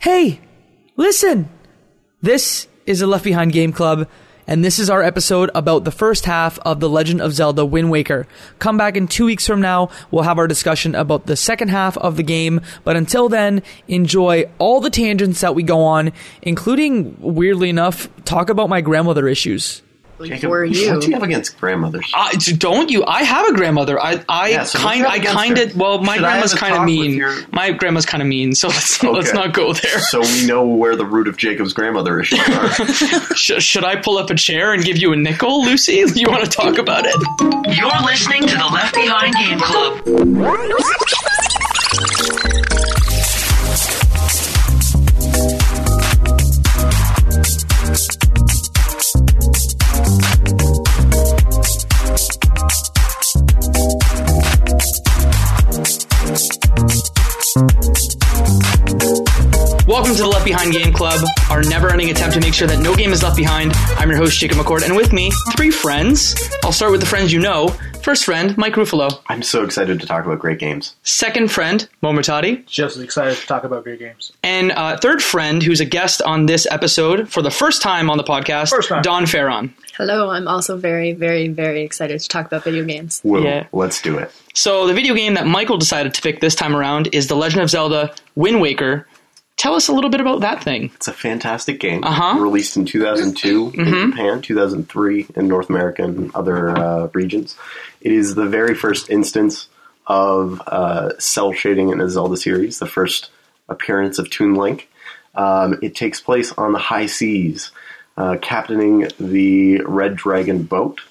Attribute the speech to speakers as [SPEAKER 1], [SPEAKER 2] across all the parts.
[SPEAKER 1] hey, listen, this is the Left Behind Game Club, and this is our episode about the first half of The Legend of Zelda Wind Waker. Come back in two weeks from now, we'll have our discussion about the second half of the game, but until then, enjoy all the tangents that we go on, including, weirdly enough, talk about my grandmother issues.
[SPEAKER 2] Jacob,
[SPEAKER 3] Were you?
[SPEAKER 2] What do you have against grandmothers?
[SPEAKER 1] I, don't you? I have a grandmother. I, I
[SPEAKER 2] Yeah, so
[SPEAKER 1] kind,
[SPEAKER 2] what's
[SPEAKER 1] I
[SPEAKER 2] that against
[SPEAKER 1] kind of.
[SPEAKER 2] her?
[SPEAKER 1] Well, my
[SPEAKER 2] Should I have
[SPEAKER 1] grandma's
[SPEAKER 2] a
[SPEAKER 1] kind
[SPEAKER 2] talk
[SPEAKER 1] of
[SPEAKER 2] with
[SPEAKER 1] mean.
[SPEAKER 2] your-
[SPEAKER 1] My grandma's kind of mean. So let's let's
[SPEAKER 2] Okay.
[SPEAKER 1] not go there.
[SPEAKER 2] so we know where the root of Jacob's grandmother issues are.
[SPEAKER 1] Sh- should I pull up a chair and give you a nickel, Lucy? You want to talk about it?
[SPEAKER 4] You're listening to the Left Behind Game Club.
[SPEAKER 1] Welcome to the Left Behind Game Club, our never-ending attempt to make sure that no game is left behind. I'm your host Jacob McCord, and with me, three friends. I'll start with the friends you know. First friend, Mike Ruffalo.
[SPEAKER 2] I'm so excited to talk about great games.
[SPEAKER 1] Second friend, Momotati.
[SPEAKER 5] just as excited to talk about video games.
[SPEAKER 1] And uh, third friend, who's a guest on this episode for the first time on the podcast,
[SPEAKER 5] First time.
[SPEAKER 1] Don Farron.
[SPEAKER 3] Hello, I'm also very, very, very excited to talk about video games.
[SPEAKER 2] Whoa,
[SPEAKER 1] Yeah.
[SPEAKER 2] let's do it.
[SPEAKER 1] So the video game that Michael decided to pick this time around is The Legend of Zelda: Wind Waker. Tell us a little bit about that thing.
[SPEAKER 2] It's a fantastic game.
[SPEAKER 1] Uh-huh. Mm-hmm.
[SPEAKER 2] Released in 2002 in Japan, 2003 in North America and other uh, regions. It is the very first instance of uh, cell shading in a Zelda series, the first appearance of Toon Link. Um, it takes place on the high seas, uh, captaining the Red Dragon boat.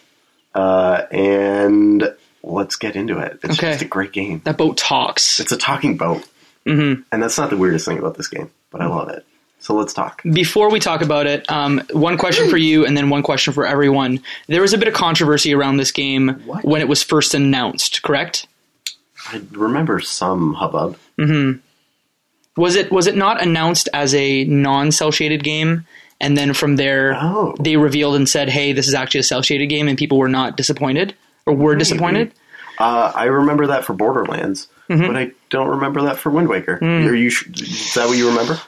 [SPEAKER 2] Uh, and let's get into it. It's
[SPEAKER 1] Okay.
[SPEAKER 2] just a great game.
[SPEAKER 1] That boat talks.
[SPEAKER 2] It's a talking boat. Mm-hmm. And that's not the weirdest thing about this game, but I love it. So let's talk.
[SPEAKER 1] Before we talk about it, um, one question for you and then one question for everyone. There was a bit of controversy around this game
[SPEAKER 2] What?
[SPEAKER 1] when it was first announced, correct?
[SPEAKER 2] I remember some hubbub.
[SPEAKER 1] Was it was it not announced as a non cell shaded game? And then from there,
[SPEAKER 2] Oh.
[SPEAKER 1] they revealed and said, "Hey, this is actually a cell shaded game," and people were not disappointed or were disappointed.
[SPEAKER 2] Uh, I remember that for Borderlands, but I don't remember that for Wind Waker. Are you, sh- is that what you remember?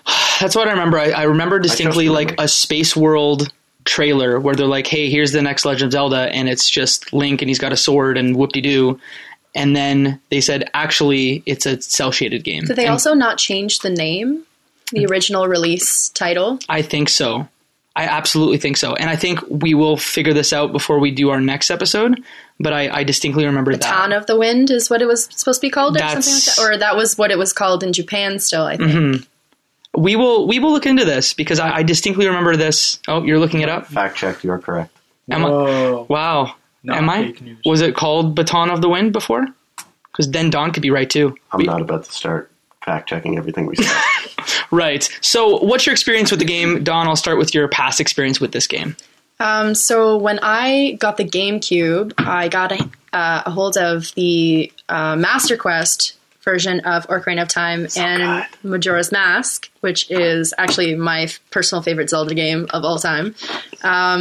[SPEAKER 1] That's what I remember. I, I remember distinctly
[SPEAKER 2] your
[SPEAKER 1] like
[SPEAKER 2] memory.
[SPEAKER 1] a space world trailer where they're like, "Hey, here's the next Legend of Zelda," and it's just Link and he's got a sword and whoop de doo. And then they said, "Actually, it's a cell shaded game."
[SPEAKER 3] Did they
[SPEAKER 1] And Mm.
[SPEAKER 3] also not change the name, the original release title?
[SPEAKER 1] I think so. I absolutely think so, and I think we will figure this out before we do our next episode. But I, I distinctly remember that.
[SPEAKER 3] Town of the Wind is what it was supposed to be called, or
[SPEAKER 1] That's- Mm-hmm.
[SPEAKER 3] something like that, or that was what it was called in Japan. Still, I think.
[SPEAKER 1] we will we will look into this because I, I distinctly remember this. Oh, you're looking it up.
[SPEAKER 2] Fact checked, you're correct.
[SPEAKER 1] Am I-
[SPEAKER 5] Whoa.
[SPEAKER 1] Wow.
[SPEAKER 5] Not
[SPEAKER 1] Am I?
[SPEAKER 5] fake news.
[SPEAKER 1] Was it called Baton of the Wind before? Because then Don could be right too.
[SPEAKER 2] I'm
[SPEAKER 1] We-
[SPEAKER 2] not about to start fact checking everything we say.
[SPEAKER 1] Right. So, what's your experience with the game, Don? I'll start with your past experience with this game.
[SPEAKER 3] Um, so when I got the GameCube, I got a, uh, a hold of the uh, Master Quest version of Ocarina of Time and Majora's Mask, which is actually my f- personal favorite Zelda game of all time. Um,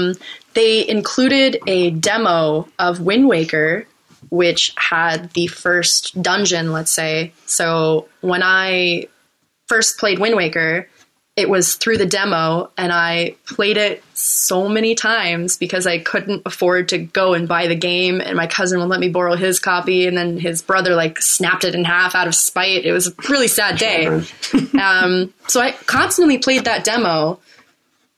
[SPEAKER 3] they included a demo of Wind Waker, which had the first dungeon, let's say. So when I first played Wind Waker, it was through the demo and I played it so many times because I couldn't afford to go and buy the game and my cousin would let me borrow his copy and then his brother like snapped it in half out of spite. It was a really sad day. So I constantly played that demo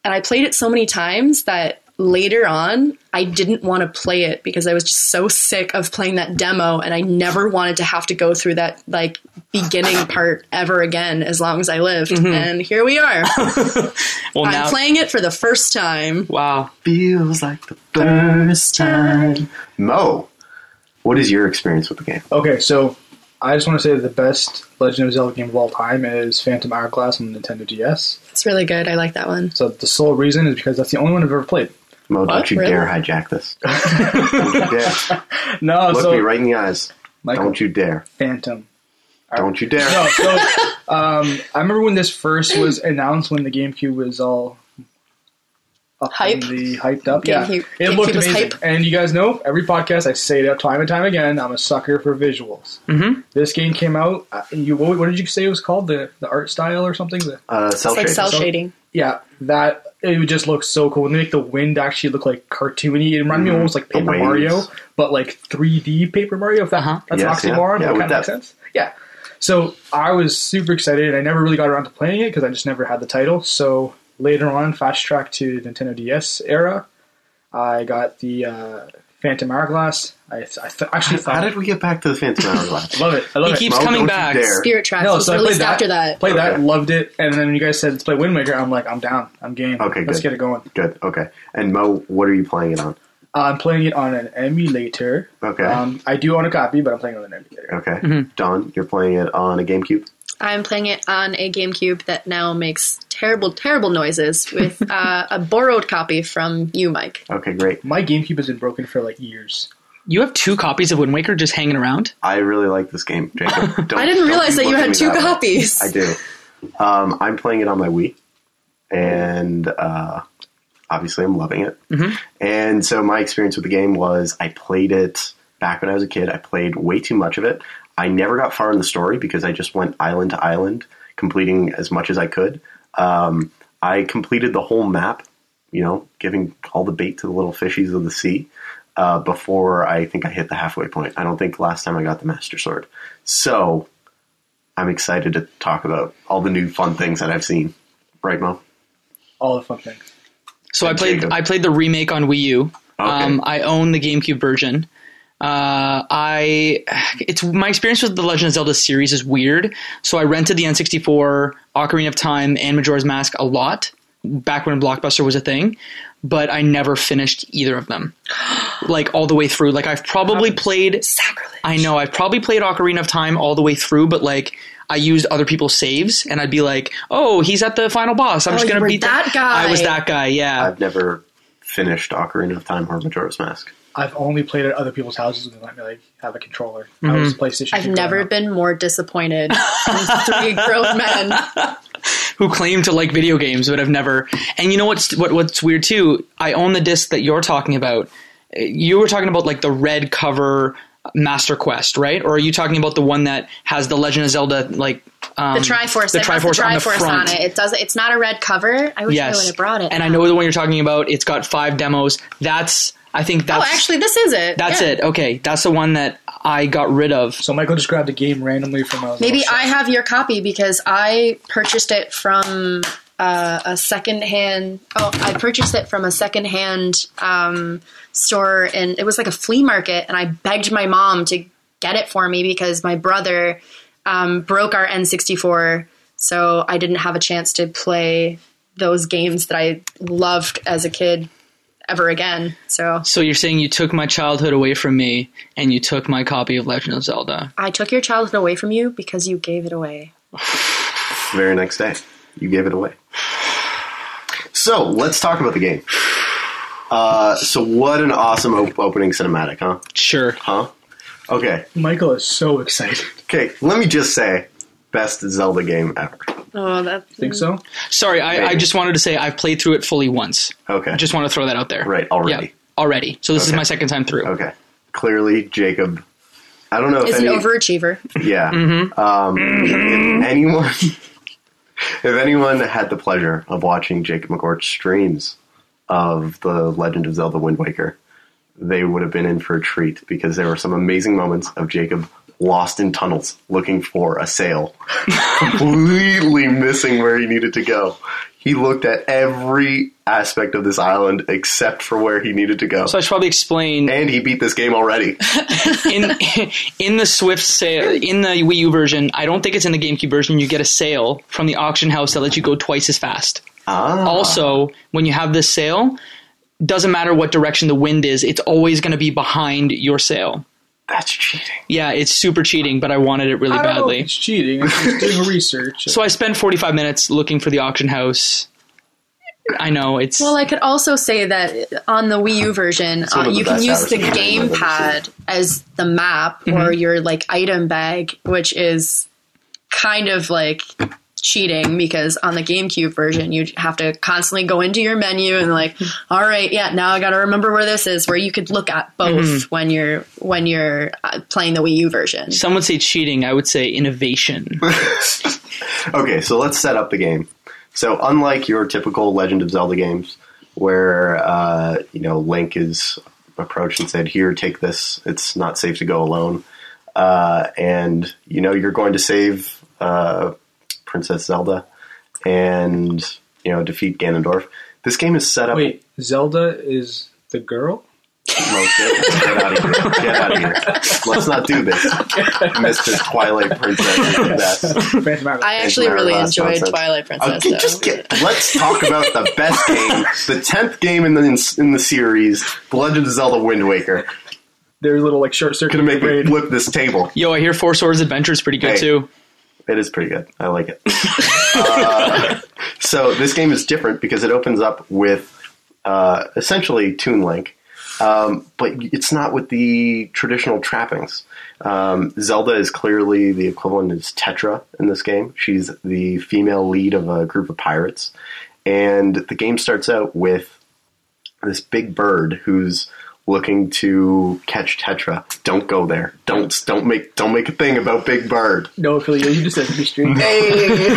[SPEAKER 3] and I played it so many times that later on I didn't want to play it because I was just so sick of playing that demo and I never wanted to have to go through that like beginning part ever again as long as I lived.
[SPEAKER 5] Mm-hmm.
[SPEAKER 3] And here we are.
[SPEAKER 1] Well,
[SPEAKER 3] I'm
[SPEAKER 1] now,
[SPEAKER 3] playing it for the first time.
[SPEAKER 1] wow.
[SPEAKER 2] Feels like the first time. Mo, what is your experience with the game?
[SPEAKER 5] Okay, so I just want to say that the best Legend of Zelda game of all time is Phantom Hourglass on the Nintendo DS.
[SPEAKER 3] It's really good. I like that one.
[SPEAKER 5] So the sole reason is because that's the only one I've ever played.
[SPEAKER 2] Mo, don't you
[SPEAKER 3] Really?
[SPEAKER 2] dare hijack this. don't you dare.
[SPEAKER 5] No,
[SPEAKER 2] Look
[SPEAKER 5] so
[SPEAKER 2] me right in the eyes.
[SPEAKER 5] Michael
[SPEAKER 2] Don't you dare.
[SPEAKER 5] Phantom.
[SPEAKER 2] Don't you dare.
[SPEAKER 5] No, so um, I remember when this first was announced when the GameCube was all up
[SPEAKER 3] Hype.
[SPEAKER 5] in the hyped up.
[SPEAKER 3] Game
[SPEAKER 5] yeah,
[SPEAKER 3] Cube-
[SPEAKER 5] it
[SPEAKER 3] Game
[SPEAKER 5] looked
[SPEAKER 3] Cube was
[SPEAKER 5] amazing.
[SPEAKER 3] hype.
[SPEAKER 5] And you guys know, every podcast I say that time and time again. I'm a sucker for visuals. Mm-hmm. This game came out. uh, You what, what did you say it was called? The the art style or something? The,
[SPEAKER 2] Uh, cell
[SPEAKER 3] It's like
[SPEAKER 2] shading.
[SPEAKER 3] cell shading.
[SPEAKER 5] yeah, that it would just look so cool. And they make the wind actually look like cartoony. It reminded me almost like
[SPEAKER 2] Mm-hmm. The
[SPEAKER 5] Paper
[SPEAKER 2] waves.
[SPEAKER 5] Mario, but like 3D Paper Mario. If that,
[SPEAKER 1] Uh-huh.
[SPEAKER 5] that's
[SPEAKER 2] Yes,
[SPEAKER 5] an
[SPEAKER 2] yeah.
[SPEAKER 5] oxymoron,
[SPEAKER 2] Yeah,
[SPEAKER 5] but it
[SPEAKER 2] with
[SPEAKER 5] kind of
[SPEAKER 2] that.
[SPEAKER 5] makes sense. Yeah. So I was super excited, and I never really got around to playing it because I just never had the title. So later on, fast track to Nintendo DS era, I got the uh, Phantom Hourglass. I, th- I th- actually
[SPEAKER 2] How
[SPEAKER 5] thought
[SPEAKER 2] did we get back to the Phantom Hourglass?
[SPEAKER 5] I love it. I love
[SPEAKER 1] He
[SPEAKER 5] it.
[SPEAKER 1] keeps
[SPEAKER 2] Well,
[SPEAKER 1] coming
[SPEAKER 2] don't you
[SPEAKER 1] back.
[SPEAKER 2] dare.
[SPEAKER 3] Spirit Tracks
[SPEAKER 5] No,
[SPEAKER 3] was
[SPEAKER 5] so I
[SPEAKER 3] released
[SPEAKER 5] played that.
[SPEAKER 3] after that.
[SPEAKER 5] Played that,
[SPEAKER 2] Okay.
[SPEAKER 5] loved it, and then when you guys said let's play Windmaker, I'm like, I'm down, I'm game.
[SPEAKER 2] Okay,
[SPEAKER 5] let's
[SPEAKER 2] good.
[SPEAKER 5] get it going.
[SPEAKER 2] Good. Okay. And Mo, what are you playing it on?
[SPEAKER 5] I'm playing it on an emulator.
[SPEAKER 2] Okay.
[SPEAKER 5] Um, I do own a copy, but I'm playing it on an emulator.
[SPEAKER 2] Okay.
[SPEAKER 3] Mm-hmm.
[SPEAKER 2] Don, you're playing it on a GameCube.
[SPEAKER 3] I'm playing it on a GameCube that now makes terrible, terrible noises with uh, a borrowed copy from you, Mike.
[SPEAKER 2] Okay, great.
[SPEAKER 5] My GameCube has been broken for like years.
[SPEAKER 6] You have two copies of Wind Waker just hanging around?
[SPEAKER 2] I really like this game, Jacob. Don't,
[SPEAKER 3] I didn't
[SPEAKER 2] don't
[SPEAKER 3] realize
[SPEAKER 2] you
[SPEAKER 3] that you
[SPEAKER 2] look at
[SPEAKER 3] had
[SPEAKER 2] me
[SPEAKER 3] two
[SPEAKER 2] that way.
[SPEAKER 3] copies.
[SPEAKER 2] I do. Um, I'm playing it on my Wii, and uh, obviously I'm loving it. And so my experience with the game was I played it back when I was a kid. I played way too much of it. I never got far in the story because I just went island to island, completing as much as I could. Um, I completed the whole map, you know, giving all the bait to the little fishies of the sea. Uh, before I think I hit the halfway point. I don't think last time I got the Master Sword. So I'm excited to talk about all the new fun things that I've seen. Right, Mo?
[SPEAKER 5] All the fun things.
[SPEAKER 6] So I played
[SPEAKER 2] Jacob.
[SPEAKER 6] I played the remake on Wii U. Um,
[SPEAKER 2] Okay.
[SPEAKER 6] I own the GameCube version. Uh, I it's my experience with the Legend of Zelda series is weird. So I rented the N64, Ocarina of Time, and Majora's Mask a lot back when Blockbuster was a thing, but I never finished either of them. Like all the way through. Like I've probably played
[SPEAKER 3] Sacrilege.
[SPEAKER 6] I know. I've probably played Ocarina of Time all the way through, but like I used other people's saves, and I'd be like, "Oh, he's at the final boss. I'm
[SPEAKER 3] Oh,
[SPEAKER 6] just
[SPEAKER 3] you
[SPEAKER 6] gonna
[SPEAKER 3] were
[SPEAKER 6] beat the-"
[SPEAKER 3] that guy.
[SPEAKER 6] I was that guy. Yeah,
[SPEAKER 2] I've never finished Ocarina of Time or Majora's Mask.
[SPEAKER 5] I've only played at other people's houses and they let me like have a controller. I was a
[SPEAKER 6] Mm-hmm.
[SPEAKER 5] PlayStation.
[SPEAKER 3] I've
[SPEAKER 5] kid
[SPEAKER 3] never
[SPEAKER 5] growing up.
[SPEAKER 3] been more disappointed than three grown men.
[SPEAKER 6] who claim to like video games but have never. And you know what's what, what's weird too? I own the disc that you're talking about. Uh, You were talking about like the red cover Master Quest, right? Or are you talking about the one that has the Legend of Zelda like um,
[SPEAKER 3] The Triforce.
[SPEAKER 6] The
[SPEAKER 3] it has the
[SPEAKER 6] Triforce, on the
[SPEAKER 3] Triforce on,
[SPEAKER 6] front?
[SPEAKER 3] it. It does. It's not a red cover. I wish I would
[SPEAKER 6] Yes,
[SPEAKER 3] have brought it.
[SPEAKER 6] And I know the one you're talking about. It's got five demos. That's I think
[SPEAKER 3] Oh,
[SPEAKER 6] that's
[SPEAKER 3] actually, this is it.
[SPEAKER 6] That's
[SPEAKER 3] Yeah.
[SPEAKER 6] it. Okay, that's the one that I got rid of.
[SPEAKER 5] So Michael just grabbed a game randomly from my.
[SPEAKER 3] Maybe I have your copy because I purchased it from uh, a secondhand. Oh, I purchased it from a secondhand um, store, and it was like a flea market. And I begged my mom to get it for me because my brother um, broke our N64, so I didn't have a chance to play those games that I loved as a kid ever again. So
[SPEAKER 6] So you're saying you took my childhood away from me and you took my copy of Legend of Zelda.
[SPEAKER 3] I took your childhood away from you because you gave it away.
[SPEAKER 2] The very next day, you gave it away. So let's talk about the game. Uh, so what an awesome op- opening cinematic, huh?
[SPEAKER 6] Sure.
[SPEAKER 2] Huh? Okay.
[SPEAKER 5] Michael is so excited.
[SPEAKER 2] Okay. Let me just say, best Zelda game ever.
[SPEAKER 3] Oh, that
[SPEAKER 5] Think so?
[SPEAKER 6] Sorry, I, I
[SPEAKER 2] Maybe.
[SPEAKER 6] just wanted to say I've played through it fully once.
[SPEAKER 2] Okay.
[SPEAKER 6] I just want to throw that out there.
[SPEAKER 2] Right, already.
[SPEAKER 6] Yeah, already. So this is
[SPEAKER 2] Okay.
[SPEAKER 6] my second time through.
[SPEAKER 2] okay. Clearly, Jacob. I don't know if
[SPEAKER 3] is an
[SPEAKER 2] any.
[SPEAKER 3] overachiever.
[SPEAKER 2] Yeah.
[SPEAKER 6] Mm-hmm.
[SPEAKER 2] Um, if anyone, if anyone had the pleasure of watching Jacob McCord streams of the Legend of Zelda: Wind Waker, they would have been in for a treat because there were some amazing moments of Jacob lost in tunnels looking for a sail, completely missing where he needed to go. He looked at every aspect of this island except for where he needed to go.
[SPEAKER 6] So I should probably explain
[SPEAKER 2] and he beat this game already.
[SPEAKER 6] in in the Swift sale in the Wii U version. I don't think it's in the GameCube version. You get a sale from the auction house that lets you go twice as fast.
[SPEAKER 2] Ah.
[SPEAKER 6] also when you have this sail doesn't matter what direction the wind is it's always going to be behind your sail
[SPEAKER 2] Ah, That's cheating.
[SPEAKER 6] yeah it's super cheating but i wanted it really
[SPEAKER 5] I don't know if
[SPEAKER 6] badly
[SPEAKER 5] It's cheating. I'm just doing research.
[SPEAKER 6] so i spent 45 minutes looking for the auction house i know it's
[SPEAKER 3] Well, I could also say that on the Wii U version,
[SPEAKER 2] one
[SPEAKER 3] uh,
[SPEAKER 2] of the
[SPEAKER 3] you can
[SPEAKER 2] best
[SPEAKER 3] use the
[SPEAKER 2] advertising I've ever
[SPEAKER 3] gamepad as the map or your like item bag, which is kind of like cheating because on the GameCube version, you have to constantly go into your menu and like, all right, yeah, now I got to remember where this is, where you could look at both when you're when you're uh, playing the Wii U version.
[SPEAKER 6] Some would say cheating. I would say innovation.
[SPEAKER 2] Okay, so let's set up the game. So, unlike your typical Legend of Zelda games, where uh, you know Link is approached and said, "Here, take this. It's not safe to go alone," uh, and you know you're going to save uh, Princess Zelda and you know defeat Ganondorf. This game is set up.
[SPEAKER 5] Wait, Zelda is the girl?
[SPEAKER 2] No, get, get out of here! Get out of here! Let's not do this, Mister Twilight Princess. is the best.
[SPEAKER 5] Phantom Hourglass.
[SPEAKER 3] I actually
[SPEAKER 2] Mario
[SPEAKER 3] really
[SPEAKER 2] Last
[SPEAKER 3] enjoyed
[SPEAKER 2] nonsense.
[SPEAKER 3] Twilight Princess.
[SPEAKER 2] Okay,
[SPEAKER 3] though.
[SPEAKER 2] just get. Let's talk about the best game, the tenth game in the in the series, The Legend of Zelda: Wind Waker.
[SPEAKER 5] Their little like short circuit.
[SPEAKER 2] Gonna make me
[SPEAKER 5] brain.
[SPEAKER 2] flip this table.
[SPEAKER 6] Yo, I hear Four Swords Adventure is pretty good
[SPEAKER 2] Hey.
[SPEAKER 6] too.
[SPEAKER 2] It is pretty good. I like it. Uh, so this game is different because it opens up with uh, essentially Toon Link, um, but it's not with the traditional trappings. Um, Zelda is clearly the equivalent is Tetra in this game. She's the female lead of a group of pirates, and the game starts out with this big bird who's looking to catch Tetra. Don't go there. Don't don't make don't make a thing about Big Bird.
[SPEAKER 5] No, Philly, you just said stream.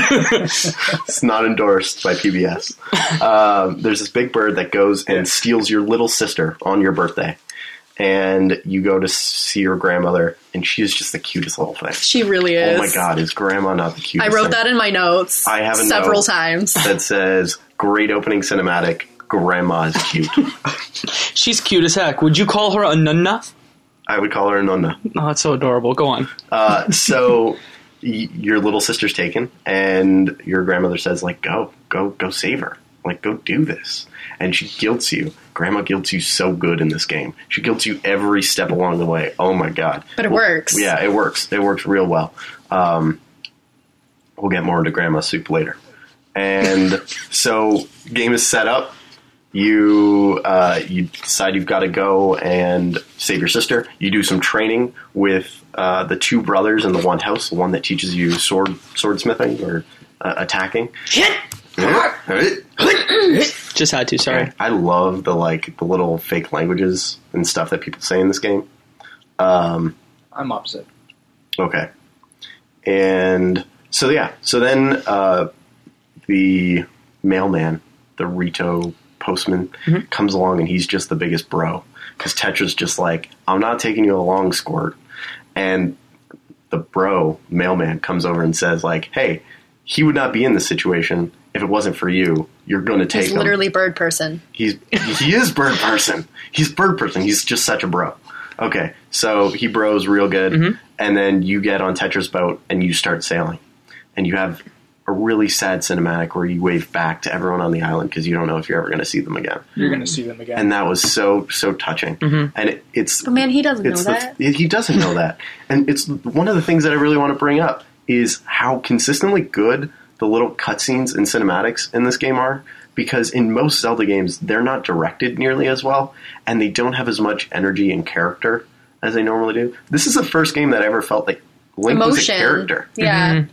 [SPEAKER 2] it's not endorsed by PBS. Um, there's this big bird that goes and steals your little sister on your birthday, and you go to see your grandmother, and she's just the cutest little thing.
[SPEAKER 3] she really is.
[SPEAKER 2] Oh my god, is grandma not the
[SPEAKER 3] I
[SPEAKER 2] cutest?
[SPEAKER 3] wrote
[SPEAKER 2] thing?
[SPEAKER 3] that in my notes
[SPEAKER 2] I have a
[SPEAKER 3] several
[SPEAKER 2] note.
[SPEAKER 3] times.
[SPEAKER 2] that says great opening cinematic. Grandma's cute.
[SPEAKER 6] She's cute as heck. Would you call her a nunna?
[SPEAKER 2] I would call her a nonna.
[SPEAKER 6] Oh, it's so adorable. Go on.
[SPEAKER 2] Uh, so y- your little sister's taken, and your grandmother says, like, go, go, go save her. Like, go do this. And she guilts you. Grandma guilts you so good in this game. She guilts you every step along the way. Oh my god.
[SPEAKER 3] But it works.
[SPEAKER 2] Yeah, it works. It works real well. Um, we'll get more into grandma soup later. And so, game is set up. You uh, you decide you've got to go and save your sister. You do some training with uh, the two brothers in the one house, the one that teaches you sword swordsmithing or uh, attacking.
[SPEAKER 6] Just had to. Sorry.
[SPEAKER 2] I love the like the little fake languages and stuff that people say in this game.
[SPEAKER 5] I'm opposite.
[SPEAKER 2] Okay. And so yeah, so then uh, the mailman, the Rito postman, comes along and he's just the biggest bro because Tetra's just like, I'm not taking you along, Squirt. And the bro mailman comes over and says like, Hey, he would not be in this situation if it wasn't for you. You're going to take
[SPEAKER 3] He's
[SPEAKER 2] him."
[SPEAKER 3] literally bird person.
[SPEAKER 2] He's he is bird person. He's bird person. He's just such a bro. Okay, so he bros real good, and then you get on Tetra's boat and you start sailing, and you have a really sad cinematic where you wave back to everyone on the island because you don't know if you're ever going to see them again,
[SPEAKER 5] You're gonna see them again.
[SPEAKER 2] and that was so so touching, and it, it's
[SPEAKER 3] But man, he doesn't know
[SPEAKER 2] it's the-
[SPEAKER 3] that.
[SPEAKER 2] he doesn't know that, and it's one of the things that I really want to bring up is how consistently good the little cutscenes and cinematics in this game are. Because in most Zelda games, they're not directed nearly as well, and they don't have as much energy and character as they normally do. This is the first game that I ever felt like Link was a
[SPEAKER 3] Emotion.
[SPEAKER 2] character.
[SPEAKER 3] Yeah.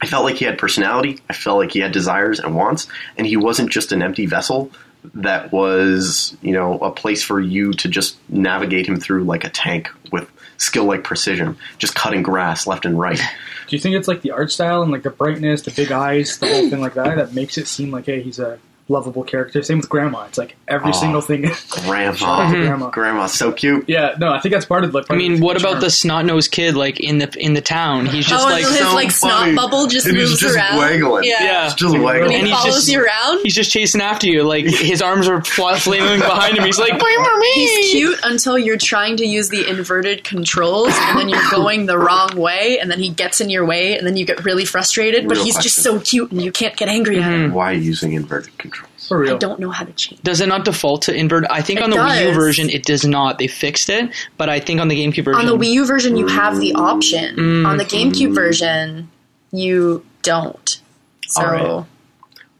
[SPEAKER 2] I felt like he had personality. I felt like he had desires and wants, and he wasn't just an empty vessel that was, you know, a place for you to just navigate him through like a tank with skill like precision, just cutting grass left and right.
[SPEAKER 5] Do you think it's like the art style and like the brightness, the big eyes, the whole thing like that that makes it seem like hey, he's a lovable character? Same with Grandma. It's like every
[SPEAKER 2] Aw.
[SPEAKER 5] single thing.
[SPEAKER 2] Grandma,
[SPEAKER 5] Grandma.
[SPEAKER 2] grandma's so cute.
[SPEAKER 5] yeah, no, I think that's part of like.
[SPEAKER 6] I mean, what about the snot-nosed kid like in the in the town? He's just
[SPEAKER 3] oh,
[SPEAKER 6] like
[SPEAKER 3] and his
[SPEAKER 2] so
[SPEAKER 3] like
[SPEAKER 2] funny.
[SPEAKER 3] snot bubble just
[SPEAKER 2] And he's
[SPEAKER 3] moves
[SPEAKER 2] just
[SPEAKER 3] around.
[SPEAKER 2] waggling.
[SPEAKER 3] Yeah.
[SPEAKER 6] Yeah.
[SPEAKER 2] It's just
[SPEAKER 5] And
[SPEAKER 2] like
[SPEAKER 3] And he
[SPEAKER 6] he's
[SPEAKER 3] follows
[SPEAKER 6] just-
[SPEAKER 3] you around.
[SPEAKER 6] he's just chasing after you. Like his arms are fla- flailing behind him. He's like, "Wait for me!"
[SPEAKER 3] He's cute until you're trying to use the inverted controls and then you're going the wrong way and then he gets in your way and then you get really frustrated, but
[SPEAKER 2] Real
[SPEAKER 3] he's just
[SPEAKER 2] question.
[SPEAKER 3] so cute and you can't get angry at him.
[SPEAKER 2] why using inverted controls?
[SPEAKER 5] for
[SPEAKER 3] I
[SPEAKER 5] real?
[SPEAKER 3] don't know how to change.
[SPEAKER 6] Does it not default to invert? I think
[SPEAKER 3] It
[SPEAKER 6] on the Wii U
[SPEAKER 3] does.
[SPEAKER 6] version it does not. They fixed it, but I think on the GameCube version
[SPEAKER 3] On the Wii U version you have the option. Mm-hmm. On the GameCube version you don't. So
[SPEAKER 2] All right.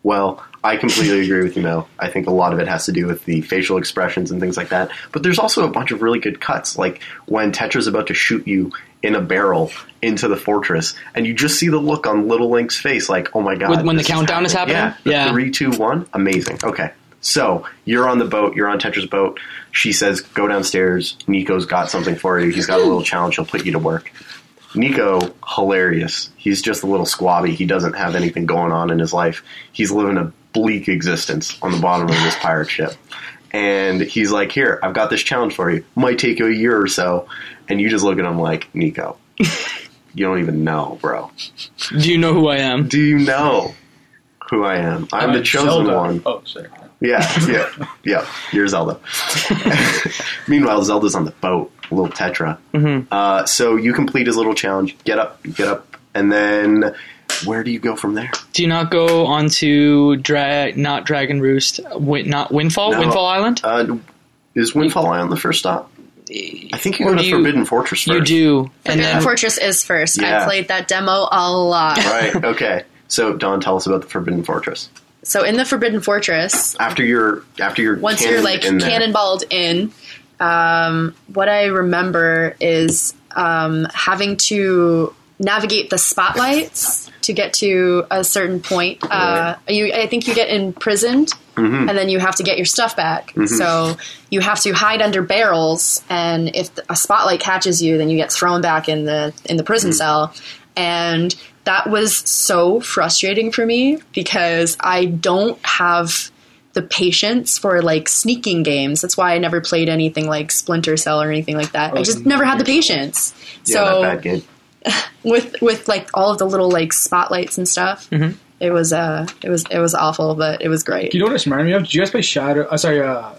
[SPEAKER 2] Well, I completely agree with you, Mel. I think a lot of it has to do with the facial expressions and things like that. But there's also a bunch of really good cuts, like when Tetra's about to shoot you in a barrel into the fortress, and you just see the look on Little Link's face, like, "Oh my god!"
[SPEAKER 6] When- when
[SPEAKER 2] this
[SPEAKER 6] the countdown is happening?
[SPEAKER 2] Yeah, the
[SPEAKER 6] Yeah.
[SPEAKER 2] three, two, one, amazing. Okay, so you're on the boat. You're on Tetra's boat. She says, "Go downstairs." Nico's got something for you. He's got a little challenge. He'll put you to work. Nico, hilarious. He's just a little squabby. He doesn't have anything going on in his life. He's living a bleak existence on the bottom of this pirate ship. And he's like, Here, I've got this challenge for you. Might take you a year or so. And you just look at him like, Nico, you don't even know, bro.
[SPEAKER 6] Do you know who I am?
[SPEAKER 2] Do you know who I am? I'm
[SPEAKER 5] Uh,
[SPEAKER 2] the chosen
[SPEAKER 5] Zelda.
[SPEAKER 2] one.
[SPEAKER 5] Oh, sorry.
[SPEAKER 2] Yeah, yeah, yeah. You're Zelda. Meanwhile, Zelda's on the boat, little Tetra.
[SPEAKER 6] Mm-hmm.
[SPEAKER 2] Uh, so you complete his little challenge. Get up, get up, and then where do you go from there?
[SPEAKER 6] Do you not go on to dra- not Dragon Roost, win- not Windfall,
[SPEAKER 2] No.
[SPEAKER 6] Windfall Island?
[SPEAKER 2] Uh, is Windfall Island the first stop? I think you
[SPEAKER 6] Or
[SPEAKER 2] go to
[SPEAKER 6] do you-
[SPEAKER 2] Forbidden Fortress first.
[SPEAKER 6] You do, and
[SPEAKER 3] Forbidden
[SPEAKER 6] then
[SPEAKER 3] Fortress is first.
[SPEAKER 2] Yeah.
[SPEAKER 3] I played that demo a lot.
[SPEAKER 2] Right. Okay. So Don, tell us about the Forbidden Fortress.
[SPEAKER 3] So in the Forbidden Fortress,
[SPEAKER 2] After you're after you're
[SPEAKER 3] once you're
[SPEAKER 2] cannoned
[SPEAKER 3] like
[SPEAKER 2] in there-
[SPEAKER 3] cannonballed in, um, what I remember is um, having to navigate the spotlights to get to a certain point. Uh, you, I think you get imprisoned, and then you have to get your stuff back. So you have to hide under barrels, and if a spotlight catches you, then you get thrown back in the in the prison cell, and that was so frustrating for me because I don't have the patience for like sneaking games. That's why I never played anything like Splinter Cell or anything like that. I just never had the patience.
[SPEAKER 2] yeah,
[SPEAKER 3] so
[SPEAKER 2] that bad game.
[SPEAKER 3] with with like all of the little like spotlights and stuff,
[SPEAKER 6] Mm-hmm.
[SPEAKER 3] it was uh it was it was awful, but it was great.
[SPEAKER 5] You know what this reminded me of? Did you guys play Shadow? Uh, sorry, uh,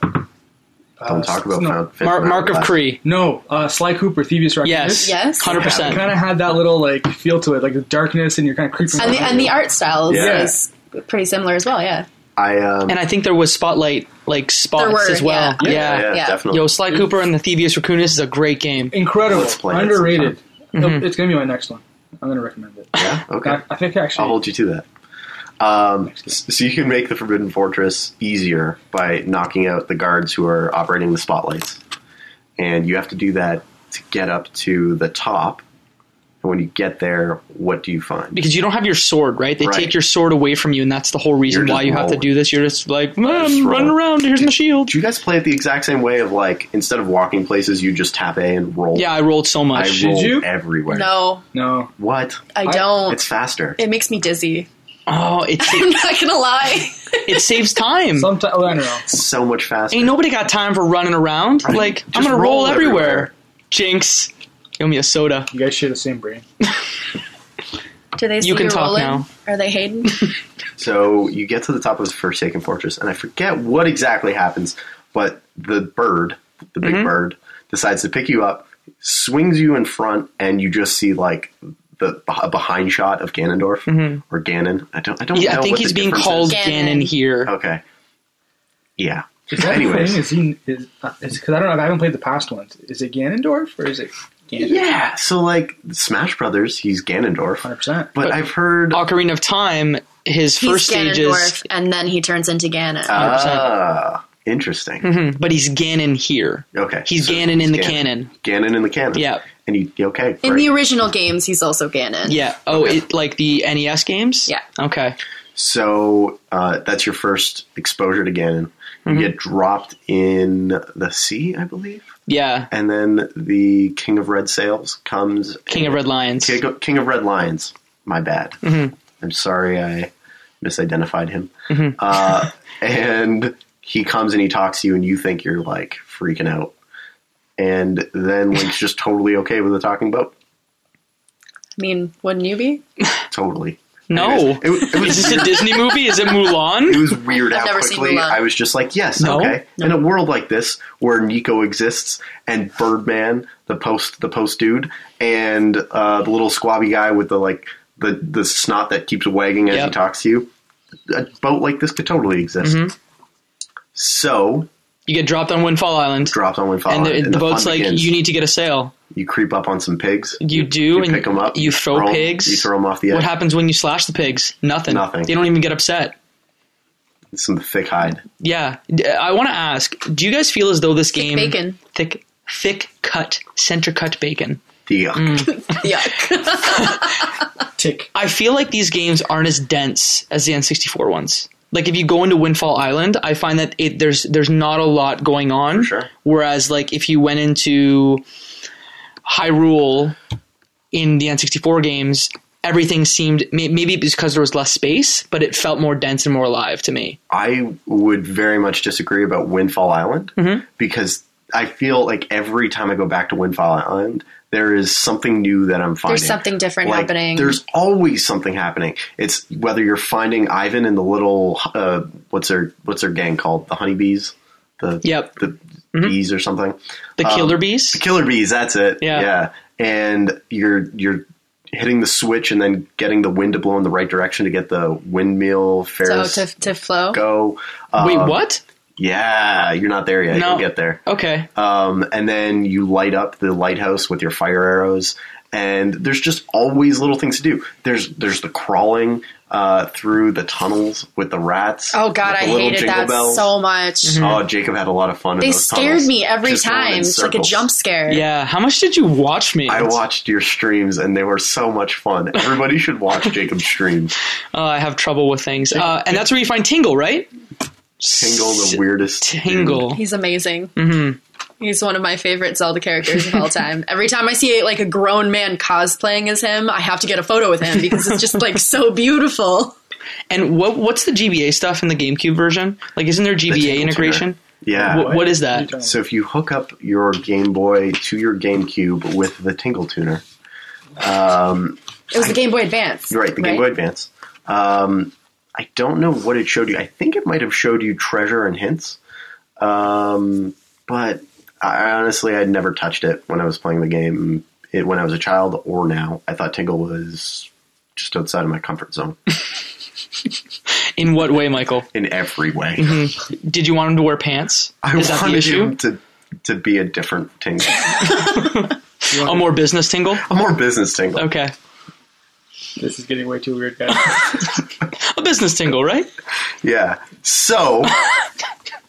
[SPEAKER 2] Don't talk about
[SPEAKER 5] no.
[SPEAKER 2] Final- Fifth
[SPEAKER 6] Mar- Mark of
[SPEAKER 2] Mountain.
[SPEAKER 6] Cree.
[SPEAKER 5] no, uh, Sly Cooper, Thievius Requiem.
[SPEAKER 6] Yes,
[SPEAKER 3] Yes.
[SPEAKER 6] hundred
[SPEAKER 5] It
[SPEAKER 6] percent.
[SPEAKER 5] kind of had that little like feel to it, like the darkness, and you're kind of creeping.
[SPEAKER 3] and the
[SPEAKER 5] around.
[SPEAKER 3] and the art styles
[SPEAKER 2] Yeah.
[SPEAKER 3] is pretty similar as well. Yeah,
[SPEAKER 2] I um,
[SPEAKER 6] And I think there was spotlight like spots
[SPEAKER 3] were,
[SPEAKER 6] as well.
[SPEAKER 3] yeah.
[SPEAKER 6] Yeah.
[SPEAKER 2] yeah,
[SPEAKER 3] yeah.
[SPEAKER 2] definitely.
[SPEAKER 6] Yo, Sly Cooper and the Thievius Raccoonus is a great game.
[SPEAKER 5] incredible,
[SPEAKER 2] Let's play it
[SPEAKER 5] underrated.
[SPEAKER 6] Mm-hmm.
[SPEAKER 5] Nope, It's gonna be my next one. I'm gonna recommend it.
[SPEAKER 2] yeah, okay.
[SPEAKER 5] I, I think actually,
[SPEAKER 2] I'll hold you to that. Um, s- so you can make the Forbidden Fortress easier by knocking out the guards who are operating the spotlights, and you have to do that to get up to the top. And when you get there, what do you find?
[SPEAKER 6] Because you don't have your sword, right? They
[SPEAKER 2] Right.
[SPEAKER 6] take your sword away from you, and that's the whole
[SPEAKER 2] You're
[SPEAKER 6] reason
[SPEAKER 2] just
[SPEAKER 6] why you have to
[SPEAKER 2] rolling.
[SPEAKER 6] do this. You're just like, "Man,
[SPEAKER 2] Just
[SPEAKER 6] I'm running
[SPEAKER 2] rolling.
[SPEAKER 6] around. Here's my shield.
[SPEAKER 2] Do you guys play it the exact same way? Of like instead of walking places, you just tap A and roll.
[SPEAKER 6] Yeah, I rolled so
[SPEAKER 2] I
[SPEAKER 6] much.
[SPEAKER 2] roll
[SPEAKER 5] you?
[SPEAKER 2] everywhere.
[SPEAKER 3] no,
[SPEAKER 5] no.
[SPEAKER 2] What?
[SPEAKER 3] I don't.
[SPEAKER 2] It's faster.
[SPEAKER 3] it makes me dizzy.
[SPEAKER 6] Oh, it
[SPEAKER 3] I'm not gonna lie.
[SPEAKER 6] it saves time.
[SPEAKER 5] Sometimes oh, I don't know.
[SPEAKER 2] It's so much faster.
[SPEAKER 6] Ain't nobody got time for running around. Like I'm
[SPEAKER 2] Just
[SPEAKER 6] gonna
[SPEAKER 2] roll
[SPEAKER 6] roll, everywhere.
[SPEAKER 2] everywhere.
[SPEAKER 6] Jinx, give me a soda.
[SPEAKER 5] You guys share the same brain.
[SPEAKER 3] Do they see
[SPEAKER 6] can talk
[SPEAKER 3] rolling?
[SPEAKER 6] now.
[SPEAKER 3] Are they Hayden?
[SPEAKER 2] So you get to the top of the Forsaken Fortress, and I forget what exactly happens, but the bird, the big
[SPEAKER 6] Mm-hmm.
[SPEAKER 2] bird, decides to pick you up, swings you in front, and you just see like the a behind shot of Ganondorf or Ganon. I don't. I don't.
[SPEAKER 6] Mm-hmm. Yeah,
[SPEAKER 2] know
[SPEAKER 6] I think
[SPEAKER 2] what the
[SPEAKER 6] he's being
[SPEAKER 2] difference is.
[SPEAKER 6] called Ganon,
[SPEAKER 3] Ganon.
[SPEAKER 6] here.
[SPEAKER 2] Okay. Yeah.
[SPEAKER 5] Is that
[SPEAKER 2] Anyways.
[SPEAKER 5] thing? Is he? Is because I don't know. I haven't played the past ones. Is it Ganondorf or is it?
[SPEAKER 2] Yeah. So like Smash Brothers, he's Ganondorf,
[SPEAKER 5] 100%.
[SPEAKER 2] but I've heard.
[SPEAKER 6] Ocarina of Time, his first
[SPEAKER 3] He's
[SPEAKER 6] stage
[SPEAKER 3] Ganondorf,
[SPEAKER 6] is,
[SPEAKER 3] and then he turns into Ganon.
[SPEAKER 2] Ah, interesting.
[SPEAKER 6] hmm, but he's Ganon here.
[SPEAKER 2] Okay.
[SPEAKER 6] He's
[SPEAKER 2] so
[SPEAKER 6] Ganon in the
[SPEAKER 2] Ganon.
[SPEAKER 6] canon.
[SPEAKER 2] Ganon in the canon.
[SPEAKER 6] Yeah.
[SPEAKER 2] And you okay?
[SPEAKER 3] in
[SPEAKER 2] great.
[SPEAKER 3] the original games, he's also Ganon.
[SPEAKER 6] Yeah. Oh, it like the NES games.
[SPEAKER 3] Yeah.
[SPEAKER 6] Okay.
[SPEAKER 2] So uh, that's your first exposure to Ganon. You
[SPEAKER 6] Mm-hmm.
[SPEAKER 2] get dropped in the sea, I believe,
[SPEAKER 6] Yeah.
[SPEAKER 2] and then the King of Red Sails comes.
[SPEAKER 6] King of Red Mm-hmm. Lions.
[SPEAKER 2] King of, King of Red Lions. My bad. I'm sorry, I misidentified him.
[SPEAKER 6] Mm-hmm.
[SPEAKER 2] Uh, and he comes and he talks to you, and you think you're like freaking out. And then Link's just totally okay with the talking boat.
[SPEAKER 3] I mean, wouldn't you be?
[SPEAKER 2] Totally.
[SPEAKER 6] No.
[SPEAKER 2] It, was- it was
[SPEAKER 6] Is this a
[SPEAKER 2] weird.
[SPEAKER 6] Disney movie? Is it
[SPEAKER 2] it
[SPEAKER 6] Mulan?
[SPEAKER 2] was weird
[SPEAKER 3] I've
[SPEAKER 2] how
[SPEAKER 3] never seen
[SPEAKER 2] quickly
[SPEAKER 3] Mulan.
[SPEAKER 2] I was just like, yes,
[SPEAKER 6] No?
[SPEAKER 2] okay. In a world like this, where Nico exists and Birdman, the post, the post dude, and uh, the little squabby guy with the like the the snot that keeps wagging as he
[SPEAKER 6] Yep.
[SPEAKER 2] talks to you, a boat like this could totally exist.
[SPEAKER 6] Mm-hmm.
[SPEAKER 2] So
[SPEAKER 6] You get dropped on Windfall Island,
[SPEAKER 2] dropped on Windfall,
[SPEAKER 6] and the,
[SPEAKER 2] Island,
[SPEAKER 6] the, boat's
[SPEAKER 2] fun
[SPEAKER 6] like,
[SPEAKER 2] begins.
[SPEAKER 6] you need to get a sail.
[SPEAKER 2] You creep up on some pigs.
[SPEAKER 6] You do,
[SPEAKER 2] You
[SPEAKER 6] and
[SPEAKER 2] pick 'em up,
[SPEAKER 6] You
[SPEAKER 2] you
[SPEAKER 6] throw
[SPEAKER 2] throw 'em-
[SPEAKER 6] pigs.
[SPEAKER 2] you throw 'em off the edge.
[SPEAKER 6] What happens when you slash the pigs? Nothing.
[SPEAKER 2] Nothing.
[SPEAKER 6] They don't even get upset.
[SPEAKER 2] some thick hide.
[SPEAKER 6] Yeah, D- I want to ask: Do you guys feel as though this game
[SPEAKER 3] bacon.
[SPEAKER 6] thick, thick cut, center cut bacon?
[SPEAKER 2] The yuck.
[SPEAKER 6] Mm.
[SPEAKER 3] Yuck.
[SPEAKER 5] Tick.
[SPEAKER 6] I feel like these games aren't as dense as the N64 ones. Like if you go into Windfall Island, I find that it there's there's not a lot going on.
[SPEAKER 2] sure.
[SPEAKER 6] Whereas like if you went into Hyrule in the N64 games, everything seemed may- maybe because there was less space, but it felt more dense and more alive to me.
[SPEAKER 2] I would very much disagree about Windfall Island
[SPEAKER 3] Mm-hmm.
[SPEAKER 2] because I feel like every time I go back to Windfall Island, there is something new that I'm finding.
[SPEAKER 3] There's something different
[SPEAKER 2] Like,
[SPEAKER 3] happening.
[SPEAKER 2] There's always something happening. It's whether you're finding Ivan and the little uh, what's their what's their gang called? The honeybees, the
[SPEAKER 6] Yep.
[SPEAKER 2] the
[SPEAKER 3] Mm-hmm.
[SPEAKER 2] bees or something.
[SPEAKER 6] The Killer Bees.
[SPEAKER 2] Killer bees, that's it.
[SPEAKER 6] Yeah.
[SPEAKER 2] And you're you're hitting the switch and then getting the wind to blow in the right direction to get the windmill
[SPEAKER 3] so
[SPEAKER 2] Ferris
[SPEAKER 3] to, to flow.
[SPEAKER 2] go. Um,
[SPEAKER 6] Wait, what?
[SPEAKER 2] Yeah, you're not there yet.
[SPEAKER 6] No.
[SPEAKER 2] You'll get there.
[SPEAKER 6] Okay.
[SPEAKER 2] Um, and then you light up the lighthouse with your fire arrows. And there's just always little things to do. There's there's the crawling uh, through the tunnels with the rats.
[SPEAKER 3] Oh god,
[SPEAKER 2] with
[SPEAKER 3] I
[SPEAKER 2] the little
[SPEAKER 3] hated
[SPEAKER 2] jingle
[SPEAKER 3] that
[SPEAKER 2] bells.
[SPEAKER 3] so much.
[SPEAKER 6] Mm-hmm.
[SPEAKER 2] Oh, Jacob had a lot of fun. in
[SPEAKER 3] They
[SPEAKER 2] those
[SPEAKER 3] scared
[SPEAKER 2] tunnels,
[SPEAKER 3] me every
[SPEAKER 2] just going in
[SPEAKER 3] time. It's like a
[SPEAKER 2] circles.
[SPEAKER 3] jump scare.
[SPEAKER 6] Yeah. How much did you watch me?
[SPEAKER 2] I watched your streams and they were so much fun. Everybody should watch Jacob's streams.
[SPEAKER 6] Uh, I have trouble with things, uh, and that's where you find Tingle, right?
[SPEAKER 2] Tingle, the weirdest. dude.
[SPEAKER 6] Tingle.
[SPEAKER 3] He's amazing. Mm-hmm. He's one of my favorite Zelda characters of all time. Every time I see like a grown man cosplaying as him, I have to get a photo with him because it's just like so beautiful.
[SPEAKER 6] And what what's the GBA stuff in the GameCube version? Like, isn't there
[SPEAKER 2] Tingle
[SPEAKER 6] GBA
[SPEAKER 2] Tuner.
[SPEAKER 6] integration?
[SPEAKER 2] Yeah.
[SPEAKER 6] What- what is that?
[SPEAKER 2] uh, So if you hook up your Game Boy to your GameCube with the Tingle Tuner,
[SPEAKER 3] It was the Game Boy Advance.
[SPEAKER 2] you're right, the Game Boy Advance. Um, I don't know what it showed you. I think it might have showed you treasure and hints, um, but I honestly I'd never touched it when I was playing the game it, when I was a child or now. I thought Tingle was just outside of my comfort zone
[SPEAKER 6] In what way, Michael?
[SPEAKER 2] in every way.
[SPEAKER 6] Did you want him to wear pants?
[SPEAKER 2] Mm-hmm. I
[SPEAKER 6] Is that the
[SPEAKER 2] wanted
[SPEAKER 6] issue?
[SPEAKER 2] him to to be a different tingle,
[SPEAKER 6] A more business Tingle.
[SPEAKER 2] a more business tingle.
[SPEAKER 6] Okay,
[SPEAKER 5] This is getting way too weird, guys.
[SPEAKER 6] a business Tingle, right?
[SPEAKER 2] Yeah. So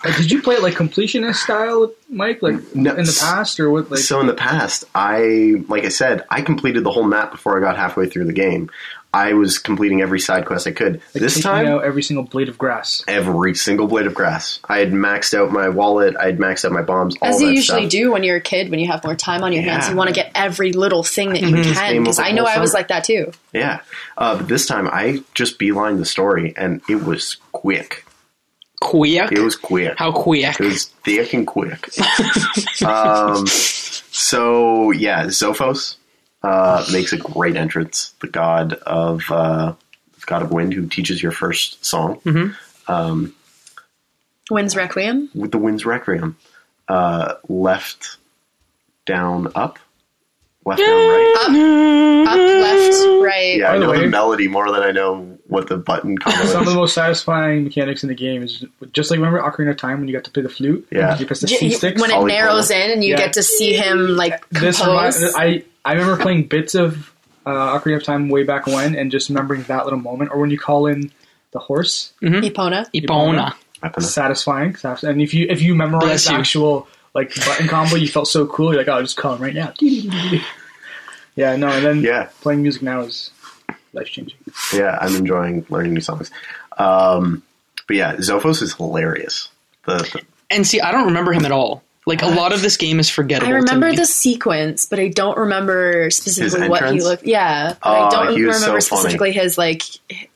[SPEAKER 5] Like, did you play it like completionist style, Mike? Like
[SPEAKER 2] No.
[SPEAKER 5] in the past, or what? Like
[SPEAKER 2] so in the past, I like I said, I completed the whole map before I got halfway through the game. I was completing every side quest I could.
[SPEAKER 5] like,
[SPEAKER 2] this
[SPEAKER 5] taking
[SPEAKER 2] time,
[SPEAKER 5] out every single blade of grass.
[SPEAKER 2] every single blade of grass. I had maxed out my wallet. I had maxed out my bombs. All
[SPEAKER 3] As
[SPEAKER 2] that
[SPEAKER 3] you usually
[SPEAKER 2] stuff.
[SPEAKER 3] do when you're a kid, when you have more time on your hands,
[SPEAKER 2] Yeah. Mm-hmm.
[SPEAKER 3] you want to get every little thing that you can.
[SPEAKER 2] game
[SPEAKER 3] Because
[SPEAKER 2] over
[SPEAKER 3] I know
[SPEAKER 2] whole
[SPEAKER 3] I was
[SPEAKER 2] summer.
[SPEAKER 3] like that too.
[SPEAKER 2] Yeah. Uh, but this time, I just beelined the story, and it was quick.
[SPEAKER 6] Quick.
[SPEAKER 2] It was quick.
[SPEAKER 6] How
[SPEAKER 2] It
[SPEAKER 6] quick?
[SPEAKER 2] was thick and quick. um, so yeah, Zophos uh, makes a great entrance. The god of uh, god of wind, who teaches your first song,
[SPEAKER 5] Mm-hmm.
[SPEAKER 3] Wind's Requiem.
[SPEAKER 2] with the wind's requiem. Uh, left, down, up, left, down, right.
[SPEAKER 3] Up, up, left, right.
[SPEAKER 2] Yeah, I
[SPEAKER 5] By the
[SPEAKER 2] know the
[SPEAKER 5] way-
[SPEAKER 2] melody more than I know what the button
[SPEAKER 5] Some
[SPEAKER 2] combo
[SPEAKER 5] of the
[SPEAKER 2] is.
[SPEAKER 5] most satisfying mechanics in the game is just like remember Ocarina of Time when you got to play the flute.
[SPEAKER 2] Yeah.
[SPEAKER 5] you press the
[SPEAKER 3] J-
[SPEAKER 5] C
[SPEAKER 3] you-
[SPEAKER 5] sticks.
[SPEAKER 3] when it
[SPEAKER 2] Polygon.
[SPEAKER 3] narrows in and you
[SPEAKER 5] Yeah.
[SPEAKER 3] get to see him like compose.
[SPEAKER 5] this reminds I I remember playing bits of uh, Ocarina of Time way back when, and just remembering that little moment, or when you call in the horse,
[SPEAKER 3] Epona.
[SPEAKER 6] Ipona.
[SPEAKER 5] satisfying. satis- And if you if you memorize
[SPEAKER 6] Bless
[SPEAKER 5] the
[SPEAKER 6] you.
[SPEAKER 5] actual like button combo, you felt so cool. You're like, oh, I'll just call him right now. yeah, no, and then
[SPEAKER 2] Yeah.
[SPEAKER 5] playing music now is life changing.
[SPEAKER 2] Yeah, I'm enjoying learning new songs. Um, but yeah, Zophos is hilarious. The, the
[SPEAKER 6] And see, I don't remember him at all. Like a lot of this game is forgettable.
[SPEAKER 3] I remember
[SPEAKER 6] to me.
[SPEAKER 3] the sequence, but I don't remember specifically
[SPEAKER 2] His
[SPEAKER 3] what he
[SPEAKER 2] entrance?
[SPEAKER 3] looked. Yeah, but
[SPEAKER 2] Aw,
[SPEAKER 3] I don't
[SPEAKER 2] he was so
[SPEAKER 3] remember
[SPEAKER 2] funny.
[SPEAKER 3] specifically his like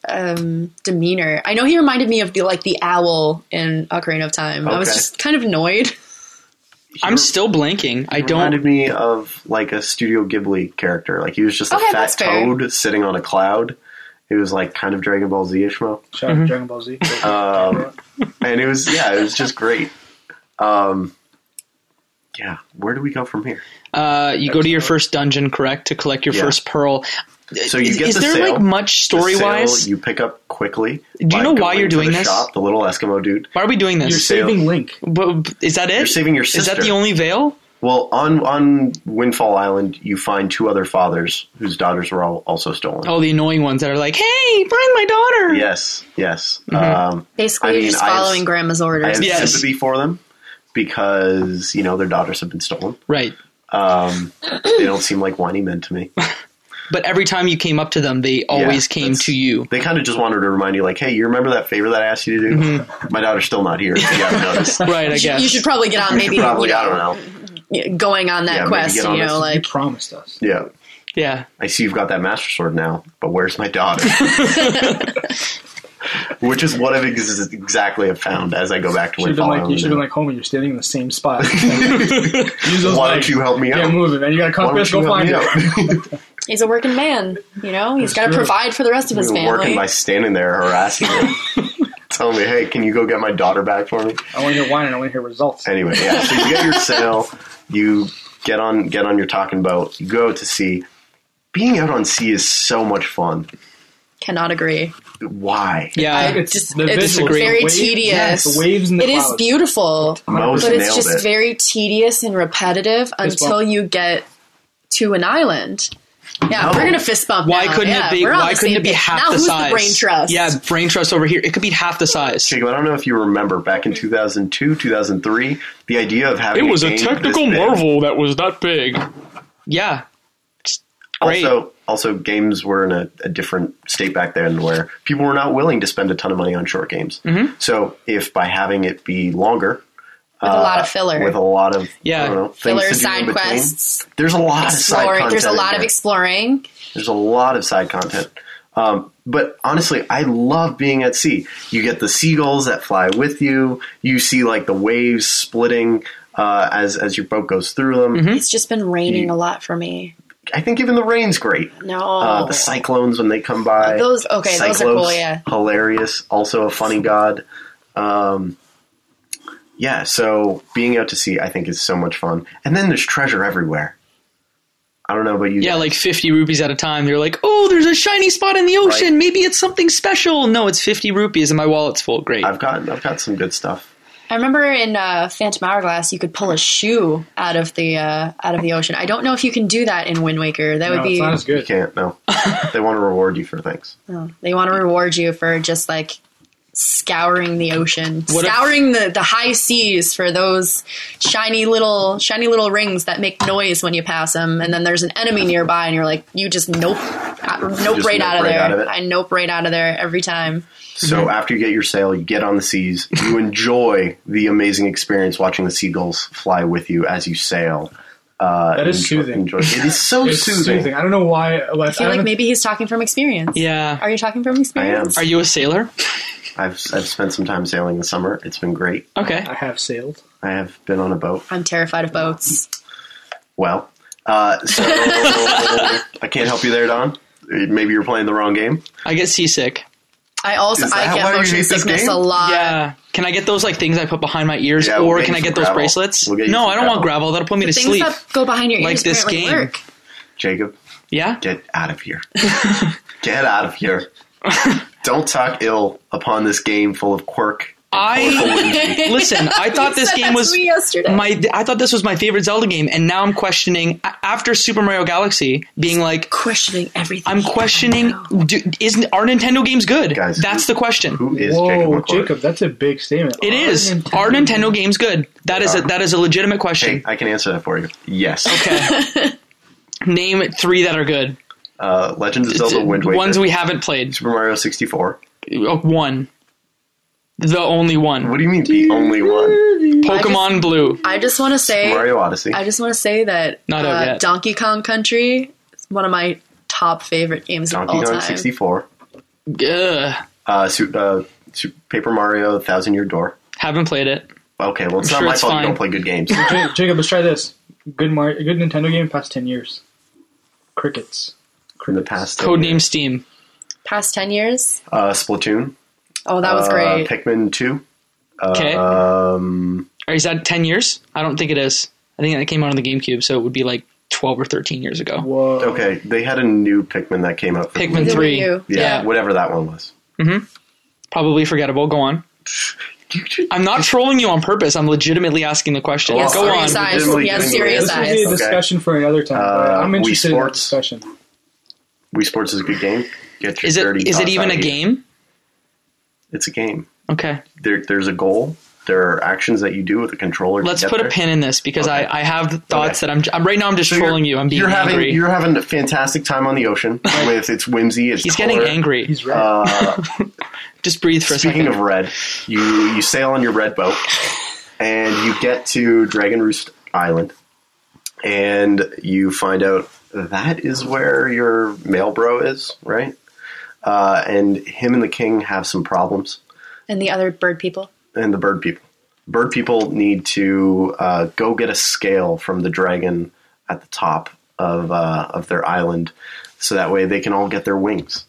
[SPEAKER 3] um, demeanor. I know he reminded me of the like the owl in Ocarina of Time. I was
[SPEAKER 2] Okay.
[SPEAKER 3] just kind of annoyed.
[SPEAKER 6] I'm still blanking. I
[SPEAKER 2] reminded
[SPEAKER 6] don't.
[SPEAKER 2] me of like a Studio Ghibli character. Like he was just a
[SPEAKER 3] Okay,
[SPEAKER 2] fat
[SPEAKER 3] that's fair.
[SPEAKER 2] toad sitting on a cloud. It was like kind of Dragon Ball Z Ishmael,
[SPEAKER 5] Shout out
[SPEAKER 3] Mm-hmm.
[SPEAKER 5] to Dragon Ball Z.
[SPEAKER 2] um, and it was yeah, it was just great. Um, yeah, where do we go from here?
[SPEAKER 6] Uh, you go to your first dungeon, correct, to collect your
[SPEAKER 2] Yeah.
[SPEAKER 6] first pearl.
[SPEAKER 2] So you
[SPEAKER 6] is,
[SPEAKER 2] get
[SPEAKER 6] is
[SPEAKER 2] the
[SPEAKER 6] there
[SPEAKER 2] sale.
[SPEAKER 6] like much
[SPEAKER 2] The
[SPEAKER 6] story
[SPEAKER 2] sale
[SPEAKER 6] wise?
[SPEAKER 2] you pick up quickly. Do
[SPEAKER 6] you know why you're doing
[SPEAKER 2] the
[SPEAKER 6] this?
[SPEAKER 2] Shop, the little Eskimo dude.
[SPEAKER 6] Why are we doing
[SPEAKER 5] You're
[SPEAKER 6] this?
[SPEAKER 2] Sale.
[SPEAKER 5] saving Link.
[SPEAKER 6] But- Is that it?
[SPEAKER 2] You're saving your
[SPEAKER 6] Is that
[SPEAKER 2] sister.
[SPEAKER 6] the only veil?
[SPEAKER 2] Well, on on Windfall Island, you find two other fathers whose daughters were all also stolen.
[SPEAKER 6] All the annoying ones that are like, "Hey, find my daughter."
[SPEAKER 2] Yes, yes.
[SPEAKER 6] Mm-hmm.
[SPEAKER 2] Um,
[SPEAKER 3] Basically,
[SPEAKER 2] I
[SPEAKER 3] you're
[SPEAKER 2] mean,
[SPEAKER 3] just
[SPEAKER 2] I have-
[SPEAKER 3] following grandma's
[SPEAKER 2] I
[SPEAKER 3] orders.
[SPEAKER 2] have
[SPEAKER 6] Yes.
[SPEAKER 2] sympathy for them because you know their daughters have been stolen.
[SPEAKER 6] Right.
[SPEAKER 2] Um, they don't seem like whiny men to me.
[SPEAKER 6] But every time you came up to them, they always
[SPEAKER 2] Yeah,
[SPEAKER 6] came
[SPEAKER 2] that's-
[SPEAKER 6] to you.
[SPEAKER 2] They kind of just wanted to remind you, like, hey, you remember that favor that I asked you to do? My daughter's still not here. If you haven't noticed.
[SPEAKER 6] Mm-hmm. Right, I
[SPEAKER 3] You should-
[SPEAKER 6] guess.
[SPEAKER 3] You should probably get on maybe
[SPEAKER 2] Probably,
[SPEAKER 3] you know,
[SPEAKER 2] I don't know.
[SPEAKER 3] going on that
[SPEAKER 2] Yeah, maybe
[SPEAKER 3] quest,
[SPEAKER 2] get
[SPEAKER 3] you
[SPEAKER 2] on
[SPEAKER 3] know,
[SPEAKER 2] this.
[SPEAKER 5] You
[SPEAKER 3] like
[SPEAKER 5] promised us.
[SPEAKER 2] Yeah,
[SPEAKER 6] yeah.
[SPEAKER 2] I see you've got that master sword now, but where's my daughter? Which is what I've ex- exactly have found as I go back to
[SPEAKER 5] Should have been
[SPEAKER 2] Windfall
[SPEAKER 5] like, you
[SPEAKER 2] Island.
[SPEAKER 5] should have been like, homie, you're standing in the same spot. Use those
[SPEAKER 2] Why
[SPEAKER 5] legs.
[SPEAKER 2] don't you help me
[SPEAKER 5] Yeah,
[SPEAKER 2] out?
[SPEAKER 5] move it, man. You got a
[SPEAKER 2] Why
[SPEAKER 5] compass,
[SPEAKER 2] don't
[SPEAKER 5] go
[SPEAKER 2] you help
[SPEAKER 5] find
[SPEAKER 2] me
[SPEAKER 5] it.
[SPEAKER 2] out?
[SPEAKER 3] he's a working man, you know, he's got to
[SPEAKER 5] true.
[SPEAKER 3] provide for the rest of his
[SPEAKER 2] You're working
[SPEAKER 3] family.
[SPEAKER 2] by standing there harassing them, telling me, "Hey, can you go get my daughter back for me?"
[SPEAKER 5] I want to hear wine and I want to hear results.
[SPEAKER 2] Anyway, yeah. So you get your sail, you get on get on your talking boat, you go to sea. Being out on sea is so much fun.
[SPEAKER 3] Cannot agree.
[SPEAKER 2] Why?
[SPEAKER 6] Yeah.
[SPEAKER 3] I
[SPEAKER 5] it's
[SPEAKER 3] just
[SPEAKER 5] the
[SPEAKER 3] it's
[SPEAKER 5] visuals, the
[SPEAKER 3] very
[SPEAKER 5] waves-
[SPEAKER 3] tedious.
[SPEAKER 5] yes, the waves in the
[SPEAKER 3] It is
[SPEAKER 5] clouds.
[SPEAKER 3] beautiful,
[SPEAKER 2] Moe's
[SPEAKER 3] but it's
[SPEAKER 2] nailed
[SPEAKER 3] just
[SPEAKER 2] it.
[SPEAKER 3] very tedious and repetitive
[SPEAKER 5] Fist
[SPEAKER 3] until
[SPEAKER 5] bump.
[SPEAKER 3] you get to an island. Yeah,
[SPEAKER 2] No.
[SPEAKER 3] we're gonna fist bump.
[SPEAKER 6] Why
[SPEAKER 3] now.
[SPEAKER 6] couldn't
[SPEAKER 3] uh, Yeah,
[SPEAKER 6] it be?
[SPEAKER 3] we're on
[SPEAKER 6] Why
[SPEAKER 3] the
[SPEAKER 6] couldn't
[SPEAKER 3] same
[SPEAKER 6] it be
[SPEAKER 3] page.
[SPEAKER 6] half
[SPEAKER 3] now,
[SPEAKER 6] the
[SPEAKER 3] who's
[SPEAKER 6] size?
[SPEAKER 3] The brain trust.
[SPEAKER 6] Yeah, brain trust over here. It could be half the size.
[SPEAKER 2] Jacob, I don't know if you remember back in 2002, 2003, the idea of having game this big-
[SPEAKER 6] that was that big. Yeah. It's Great.
[SPEAKER 2] Also, also games were in a, a different state back then where people were not willing to spend a ton of money on short games.
[SPEAKER 6] Mm-hmm.
[SPEAKER 2] So if by having it be longer,
[SPEAKER 3] with a lot of filler.
[SPEAKER 2] Uh, with a lot of
[SPEAKER 6] Yeah.
[SPEAKER 2] I don't know, things
[SPEAKER 3] Filler
[SPEAKER 2] to do
[SPEAKER 3] side
[SPEAKER 2] in between,
[SPEAKER 3] quests,
[SPEAKER 2] there's a lot of side
[SPEAKER 3] exploring.
[SPEAKER 2] content.
[SPEAKER 3] There's a
[SPEAKER 2] in
[SPEAKER 3] lot of
[SPEAKER 2] there.
[SPEAKER 3] exploring.
[SPEAKER 2] There's a lot of side content. Um, but honestly, I love being at sea. You get the seagulls that fly with you. You see like the waves splitting uh, as as your boat goes through them.
[SPEAKER 3] It's just been raining a lot for me.
[SPEAKER 2] I think even the rain's great.
[SPEAKER 3] No,
[SPEAKER 2] Uh, the cyclones when they come by.
[SPEAKER 3] Oh. Uh, Those- okay, those are cool, yeah.
[SPEAKER 2] hilarious. Also a funny god. Um, yeah, so being out to sea, I think, is so much fun. And then there's treasure everywhere. I don't know about you.
[SPEAKER 6] yeah,
[SPEAKER 2] guys.
[SPEAKER 6] like 50 rupees at a time. They're like, oh, there's a shiny spot in the ocean. Maybe it's something special. No, it's 50 rupees and my wallet's full. Great.
[SPEAKER 2] I've got I've got some good stuff.
[SPEAKER 3] I remember in uh, Phantom Hourglass, you could pull a shoe out of the uh, out of the ocean. I don't know if you can do that in Wind Waker. That
[SPEAKER 5] No,
[SPEAKER 3] would be
[SPEAKER 5] it's not as
[SPEAKER 2] You
[SPEAKER 5] good.
[SPEAKER 2] can't. No, they want to reward you for things.
[SPEAKER 3] they want to reward you for just like scouring the ocean,
[SPEAKER 6] What if-
[SPEAKER 3] scouring the, the high seas for those shiny little shiny little rings that make noise when you pass them. And then there's an enemy nearby, and you're like, you just nope, uh, nope
[SPEAKER 2] Just
[SPEAKER 3] right
[SPEAKER 2] nope
[SPEAKER 3] out
[SPEAKER 2] right
[SPEAKER 3] of there.
[SPEAKER 2] out of it.
[SPEAKER 3] I nope right out of there every time.
[SPEAKER 2] So after you get your sail, you get on the seas. You enjoy the amazing experience watching the seagulls fly with you as you sail. Uh,
[SPEAKER 5] That is
[SPEAKER 2] enjoy-
[SPEAKER 5] soothing.
[SPEAKER 2] enjoy- It is so
[SPEAKER 5] It's
[SPEAKER 2] soothing.
[SPEAKER 5] soothing. I don't know why. I
[SPEAKER 3] I feel like maybe he's talking from experience.
[SPEAKER 6] yeah.
[SPEAKER 3] Are you talking from
[SPEAKER 2] I am.
[SPEAKER 3] experience?
[SPEAKER 6] Are you a sailor?
[SPEAKER 2] I've I've spent some time sailing this summer. It's been great.
[SPEAKER 6] Okay.
[SPEAKER 5] I have sailed.
[SPEAKER 2] I have been on a boat.
[SPEAKER 3] I'm terrified of boats.
[SPEAKER 2] Well, uh, so I can't help you there, Don. Maybe you're playing the wrong game.
[SPEAKER 6] I get seasick.
[SPEAKER 3] I also
[SPEAKER 2] Is that why
[SPEAKER 3] I get
[SPEAKER 2] you
[SPEAKER 3] motion
[SPEAKER 2] hate this
[SPEAKER 3] sickness
[SPEAKER 2] game?
[SPEAKER 3] a lot.
[SPEAKER 6] Yeah. Can I get those like things I put behind my ears
[SPEAKER 2] Yeah, we'll
[SPEAKER 6] or
[SPEAKER 2] get
[SPEAKER 6] can
[SPEAKER 2] you
[SPEAKER 6] I get
[SPEAKER 2] some
[SPEAKER 6] those
[SPEAKER 2] gravel.
[SPEAKER 6] bracelets?
[SPEAKER 2] We'll get you
[SPEAKER 6] no,
[SPEAKER 2] some
[SPEAKER 6] I don't want
[SPEAKER 2] gravel.
[SPEAKER 6] gravel. That'll put me to
[SPEAKER 3] Things
[SPEAKER 6] sleep.
[SPEAKER 3] that go behind your ears
[SPEAKER 6] Like this
[SPEAKER 3] apparently
[SPEAKER 6] game.
[SPEAKER 3] work.
[SPEAKER 2] Jacob,
[SPEAKER 6] yeah.
[SPEAKER 2] get out of here. get out of here. Don't talk ill upon this game full of quirk.
[SPEAKER 6] I listen, I thought this
[SPEAKER 3] Said that
[SPEAKER 6] game
[SPEAKER 3] to
[SPEAKER 6] was
[SPEAKER 3] me yesterday.
[SPEAKER 6] my I thought this was my favorite Zelda game, and now I'm questioning a- after Super Mario Galaxy being like
[SPEAKER 3] questioning everything.
[SPEAKER 6] I'm questioning do, is are Nintendo games good?
[SPEAKER 2] Guys,
[SPEAKER 6] That's
[SPEAKER 2] who-
[SPEAKER 6] the question.
[SPEAKER 2] Who is Jacob
[SPEAKER 5] Whoa,
[SPEAKER 2] McClure?
[SPEAKER 5] Jacob, that's a big statement.
[SPEAKER 6] it is are Nintendo games good? That is a, that is a legitimate question.
[SPEAKER 2] Hey, I can answer that for you. Yes.
[SPEAKER 6] Okay. Name three that are good.
[SPEAKER 2] Uh, Legend of Zelda Wind Waker.
[SPEAKER 6] Ones we haven't played.
[SPEAKER 2] Super Mario 64.
[SPEAKER 6] Uh, One. The only one.
[SPEAKER 2] What do you mean the only one?
[SPEAKER 6] Pokemon Blue.
[SPEAKER 3] I just want to say,
[SPEAKER 2] Mario Odyssey.
[SPEAKER 3] I just want to say that
[SPEAKER 6] Not out
[SPEAKER 3] uh,
[SPEAKER 6] yet.
[SPEAKER 3] Donkey Kong Country is one of my top favorite games of all
[SPEAKER 2] Donkey Kong
[SPEAKER 3] time.
[SPEAKER 2] 64.
[SPEAKER 6] Ugh.
[SPEAKER 2] Uh, Su- uh, Su- Paper Mario Thousand Year Door.
[SPEAKER 6] Haven't played it.
[SPEAKER 2] Okay, well, it's
[SPEAKER 6] I'm
[SPEAKER 2] not
[SPEAKER 6] sure
[SPEAKER 2] my
[SPEAKER 6] it's
[SPEAKER 2] fault
[SPEAKER 6] fine.
[SPEAKER 2] you don't play good games.
[SPEAKER 5] Ja- Jacob, let's try this. Good Mar- good Nintendo game past ten years. Crickets.
[SPEAKER 2] in the past.
[SPEAKER 6] Codename Steam.
[SPEAKER 3] Past ten years,
[SPEAKER 2] Uh, Splatoon.
[SPEAKER 3] oh, that was
[SPEAKER 2] uh,
[SPEAKER 3] great.
[SPEAKER 2] Pikmin 2.
[SPEAKER 6] Okay.
[SPEAKER 2] Um,
[SPEAKER 6] Or is that 10 years? I don't think it is. I think that came out on the GameCube, so it would be like 12 or 13 years ago.
[SPEAKER 5] Whoa.
[SPEAKER 2] okay, they had a new Pikmin that came out. For
[SPEAKER 6] Pikmin
[SPEAKER 3] The
[SPEAKER 6] 3.
[SPEAKER 3] Wii U.
[SPEAKER 2] Yeah, whatever that one was.
[SPEAKER 6] Probably forgettable. Go on. I'm not trolling you on purpose. I'm legitimately asking the question.
[SPEAKER 3] Yes,
[SPEAKER 6] Go
[SPEAKER 3] serious
[SPEAKER 6] on.
[SPEAKER 3] eyes.
[SPEAKER 2] Legitimately
[SPEAKER 3] He has
[SPEAKER 2] doing
[SPEAKER 3] serious
[SPEAKER 5] This
[SPEAKER 2] this.
[SPEAKER 5] would
[SPEAKER 3] eyes.
[SPEAKER 5] be a
[SPEAKER 2] Okay.
[SPEAKER 5] discussion for another time. but
[SPEAKER 2] Uh,
[SPEAKER 5] I'm
[SPEAKER 2] Wii
[SPEAKER 5] interested in that
[SPEAKER 2] Sports.
[SPEAKER 5] discussion.
[SPEAKER 2] Wii Sports is a good game. Get your
[SPEAKER 6] Is it
[SPEAKER 2] dirty
[SPEAKER 6] is it
[SPEAKER 2] thoughts
[SPEAKER 6] even
[SPEAKER 2] out
[SPEAKER 6] a
[SPEAKER 2] of you.
[SPEAKER 6] game?
[SPEAKER 2] It's a game.
[SPEAKER 6] Okay.
[SPEAKER 2] There, there's a goal. There are actions that you do with the controller. to
[SPEAKER 6] Let's
[SPEAKER 2] get
[SPEAKER 6] put a
[SPEAKER 2] there.
[SPEAKER 6] pin in this because I, I have thoughts
[SPEAKER 2] Okay.
[SPEAKER 6] that I'm, I'm right now I'm just
[SPEAKER 2] So
[SPEAKER 6] trolling you. I'm being
[SPEAKER 2] you're
[SPEAKER 6] angry.
[SPEAKER 2] having you're having a fantastic time on the ocean with its whimsy. Its
[SPEAKER 6] He's
[SPEAKER 2] color.
[SPEAKER 6] getting angry.
[SPEAKER 5] He's right.
[SPEAKER 2] Uh,
[SPEAKER 6] just breathe for a
[SPEAKER 2] speaking
[SPEAKER 6] second.
[SPEAKER 2] of red, you you sail on your red boat and you get to Dragon Roost Island, and you find out that is where your male bro is, right? Uh, and him and the king have some problems.
[SPEAKER 3] And the other bird people.
[SPEAKER 2] and the bird people. Bird people need to uh, go get a scale from the dragon at the top of uh, of their island, so that way they can all get their wings.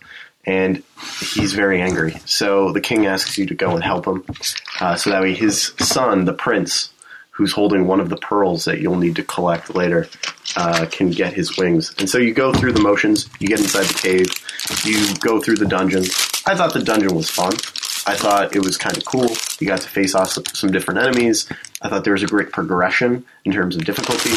[SPEAKER 2] And he's very angry, so the king asks you to go and help him, uh, so that way his son, the prince, who's holding one of the pearls that you'll need to collect later, uh, can get his wings. And so you go through the motions. You get inside the cave. You go through the dungeon. I thought the dungeon was fun. I thought it was kind of cool. You got to face off some, some different enemies. I thought there was a great progression in terms of difficulty.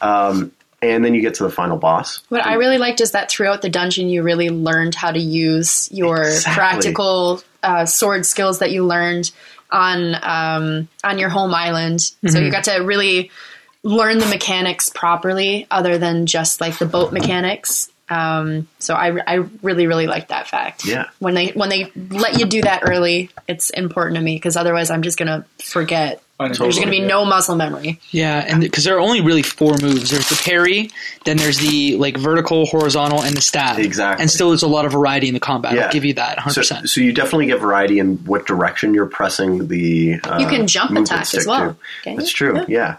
[SPEAKER 2] Um, and then you get to the final boss.
[SPEAKER 3] What I really liked is that throughout the dungeon, you really learned how to use your
[SPEAKER 2] Exactly.
[SPEAKER 3] practical uh, sword skills that you learned on um, on your home island. So
[SPEAKER 2] Mm-hmm.
[SPEAKER 3] you got to really learn the mechanics properly, other than just like the boat mechanics. Um, so I, I really really liked that fact.
[SPEAKER 2] Yeah.
[SPEAKER 3] When they when they let you do that early, it's important to me because otherwise I'm just gonna forget. There's gonna be no muscle memory.
[SPEAKER 6] Yeah, and because there are only really four moves. There's the parry, then there's the like vertical, horizontal, and the stab.
[SPEAKER 2] Exactly.
[SPEAKER 6] And still, there's a lot of variety in the combat.
[SPEAKER 2] Yeah.
[SPEAKER 6] I'll give you that 100.
[SPEAKER 2] So,
[SPEAKER 6] percent
[SPEAKER 2] so you definitely get variety in what direction you're pressing the. Uh,
[SPEAKER 3] You can jump
[SPEAKER 2] movement
[SPEAKER 3] attack
[SPEAKER 2] stick
[SPEAKER 3] as well,
[SPEAKER 2] to.
[SPEAKER 3] can't
[SPEAKER 2] That's
[SPEAKER 3] you?
[SPEAKER 2] true. Yeah.
[SPEAKER 3] Yeah.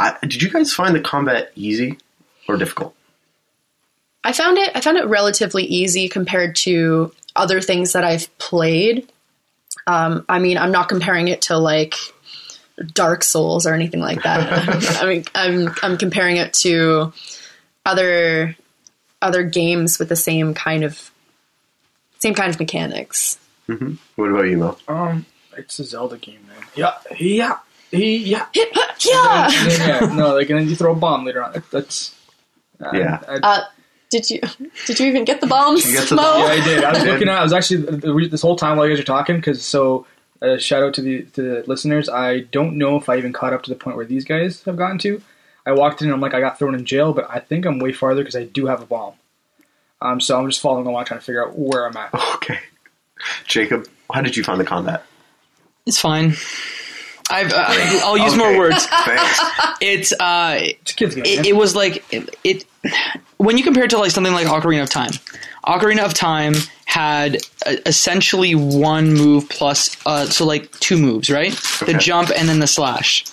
[SPEAKER 2] I, did you guys find the combat easy or difficult?
[SPEAKER 3] I found it I found it relatively easy compared to other things that I've played. Um, I mean, I'm not comparing it to like Dark Souls or anything like that. I mean, I'm I'm comparing it to other other games with the same kind of same kind of mechanics.
[SPEAKER 2] What about you, Mo?
[SPEAKER 5] Um, it's a Zelda game, man. Yeah, yeah, he, yeah.
[SPEAKER 3] Yeah.
[SPEAKER 5] yeah, no, like and then you throw a bomb later on. That's I-
[SPEAKER 2] Yeah.
[SPEAKER 5] I,
[SPEAKER 3] Uh, did you did you even get the bombs?
[SPEAKER 2] You get the-
[SPEAKER 3] Mo?
[SPEAKER 5] yeah, I did. I was looking at. I was actually the re- this whole time while you guys are talking because so. Uh, shout out to the to the listeners. I don't know if I even caught up to the point where these guys have gotten to. I walked in and I'm like, I got thrown in jail, but I think I'm way farther because I do have a bomb. Um, so I'm just following along, trying to figure out where I'm at.
[SPEAKER 2] Okay. Jacob, how did you find the combat?
[SPEAKER 6] It's fine. I've, uh, I'll use more
[SPEAKER 2] Okay.
[SPEAKER 6] words.
[SPEAKER 2] Thanks.
[SPEAKER 6] It's uh,
[SPEAKER 5] It's a kids game. man.
[SPEAKER 6] it, it was like it, it when you compare it to like something like Ocarina of Time. Ocarina of Time had uh, essentially one move plus uh, so like two moves, right? The
[SPEAKER 2] Okay. Mm-hmm.
[SPEAKER 6] jump and then the slash.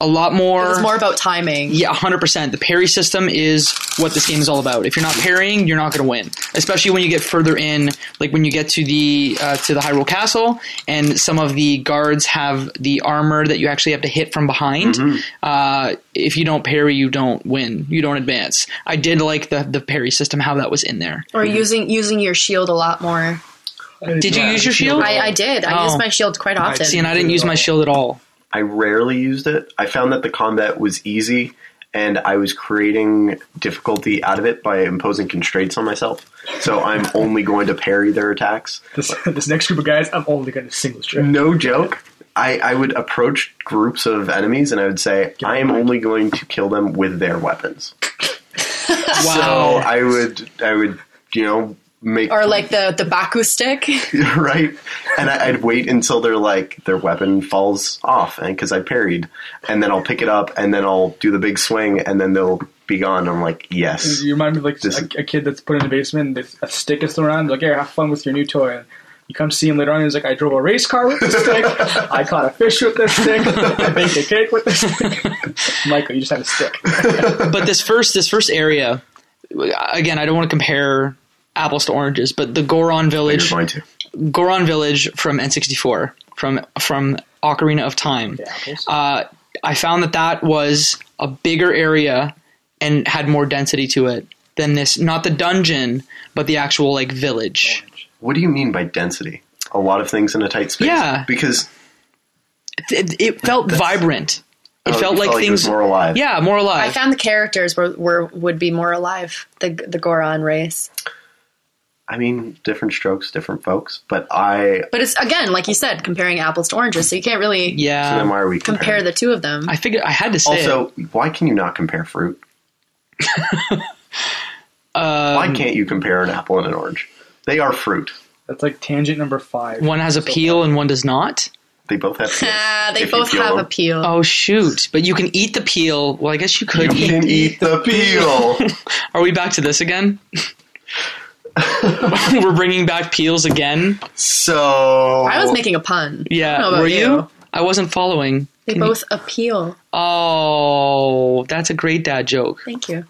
[SPEAKER 6] A lot more.
[SPEAKER 3] It was more about timing.
[SPEAKER 6] Yeah, 100%. The parry system is what this game is all about. If you're not parrying, you're not going to win. Especially when you get further in, like when you get to the uh, to the Hyrule Castle and some of the guards have the armor that you actually have to hit from behind.
[SPEAKER 2] Mm-hmm.
[SPEAKER 6] Uh, if you don't parry, you don't win. You don't advance. I did like the the parry system how that was in there.
[SPEAKER 3] Or using using your shield a lot more.
[SPEAKER 6] Did you
[SPEAKER 5] Yeah,
[SPEAKER 6] use your shield?
[SPEAKER 3] I, I did. I
[SPEAKER 6] Oh.
[SPEAKER 3] used my shield quite often.
[SPEAKER 6] See, and I didn't use my shield at all.
[SPEAKER 2] I rarely used it. I found that the combat was easy and I was creating difficulty out of it by imposing constraints on myself. So I'm only going to parry their attacks.
[SPEAKER 5] this, this next group of guys, I'm only going to single strip.
[SPEAKER 2] No joke. I, I would approach groups of enemies and I would say, I am only going to kill them with their weapons. So
[SPEAKER 6] Wow.
[SPEAKER 2] I would I would, you know, make
[SPEAKER 3] or like the the Baku stick.
[SPEAKER 2] right? And I, I'd wait until their like their weapon falls off, and because I parried, and then I'll pick it up, and then I'll do the big swing, and then they'll be gone. I'm like, yes,
[SPEAKER 5] You remind me of like
[SPEAKER 2] This-
[SPEAKER 5] a, a kid that's put in the basement. And a stick is thrown around. Like, here, have fun with your new toy. And you come see him later on. And he's like, I drove a race car with this stick. I caught a fish with this stick. I baked a cake with this stick. Michael, you just had a stick.
[SPEAKER 6] but this first this first area again, I don't want to compare apples to oranges, but the Goron
[SPEAKER 2] you're
[SPEAKER 6] village
[SPEAKER 2] going to.
[SPEAKER 6] Goron Village from N64 from from Ocarina of Time. Uh, I found that that was a bigger area and had more density to it than this. Not the dungeon, but the actual like village.
[SPEAKER 2] What do you mean by density? A lot of things in a tight space.
[SPEAKER 6] Yeah.
[SPEAKER 2] because
[SPEAKER 6] it, it felt vibrant. It
[SPEAKER 2] Oh,
[SPEAKER 6] felt
[SPEAKER 2] you felt
[SPEAKER 6] like
[SPEAKER 2] like it was
[SPEAKER 6] things
[SPEAKER 2] more alive.
[SPEAKER 6] Yeah, more alive.
[SPEAKER 3] I found the characters were, were would be more alive. The the Goron race,
[SPEAKER 2] I mean, different strokes, different folks, but I.
[SPEAKER 3] but it's again like you said, comparing apples to oranges. So you can't really
[SPEAKER 2] So then
[SPEAKER 6] yeah,
[SPEAKER 2] why are we
[SPEAKER 3] compare
[SPEAKER 2] comparing?
[SPEAKER 3] the two of them.
[SPEAKER 6] I figured I had to say. it.
[SPEAKER 2] also, why can you not compare fruit?
[SPEAKER 3] Um,
[SPEAKER 2] why can't you compare an apple and an orange? They are fruit.
[SPEAKER 5] That's like tangent number five.
[SPEAKER 6] one has a peel and one does not.
[SPEAKER 2] They both have. Peels,
[SPEAKER 3] Ah, they
[SPEAKER 2] if you
[SPEAKER 3] both
[SPEAKER 2] peel
[SPEAKER 3] have
[SPEAKER 2] them.
[SPEAKER 3] a peel.
[SPEAKER 6] Oh shoot! But you can eat the peel. Well, I guess you could.
[SPEAKER 2] You
[SPEAKER 6] eat.
[SPEAKER 2] can eat the peel.
[SPEAKER 6] Are we back to this again? We're bringing back peels again.
[SPEAKER 2] So
[SPEAKER 3] I was making a pun. I
[SPEAKER 6] Yeah,
[SPEAKER 3] don't know about
[SPEAKER 6] were you? I wasn't following.
[SPEAKER 3] They both appeal.
[SPEAKER 6] Oh, that's a great dad joke.
[SPEAKER 3] Thank you.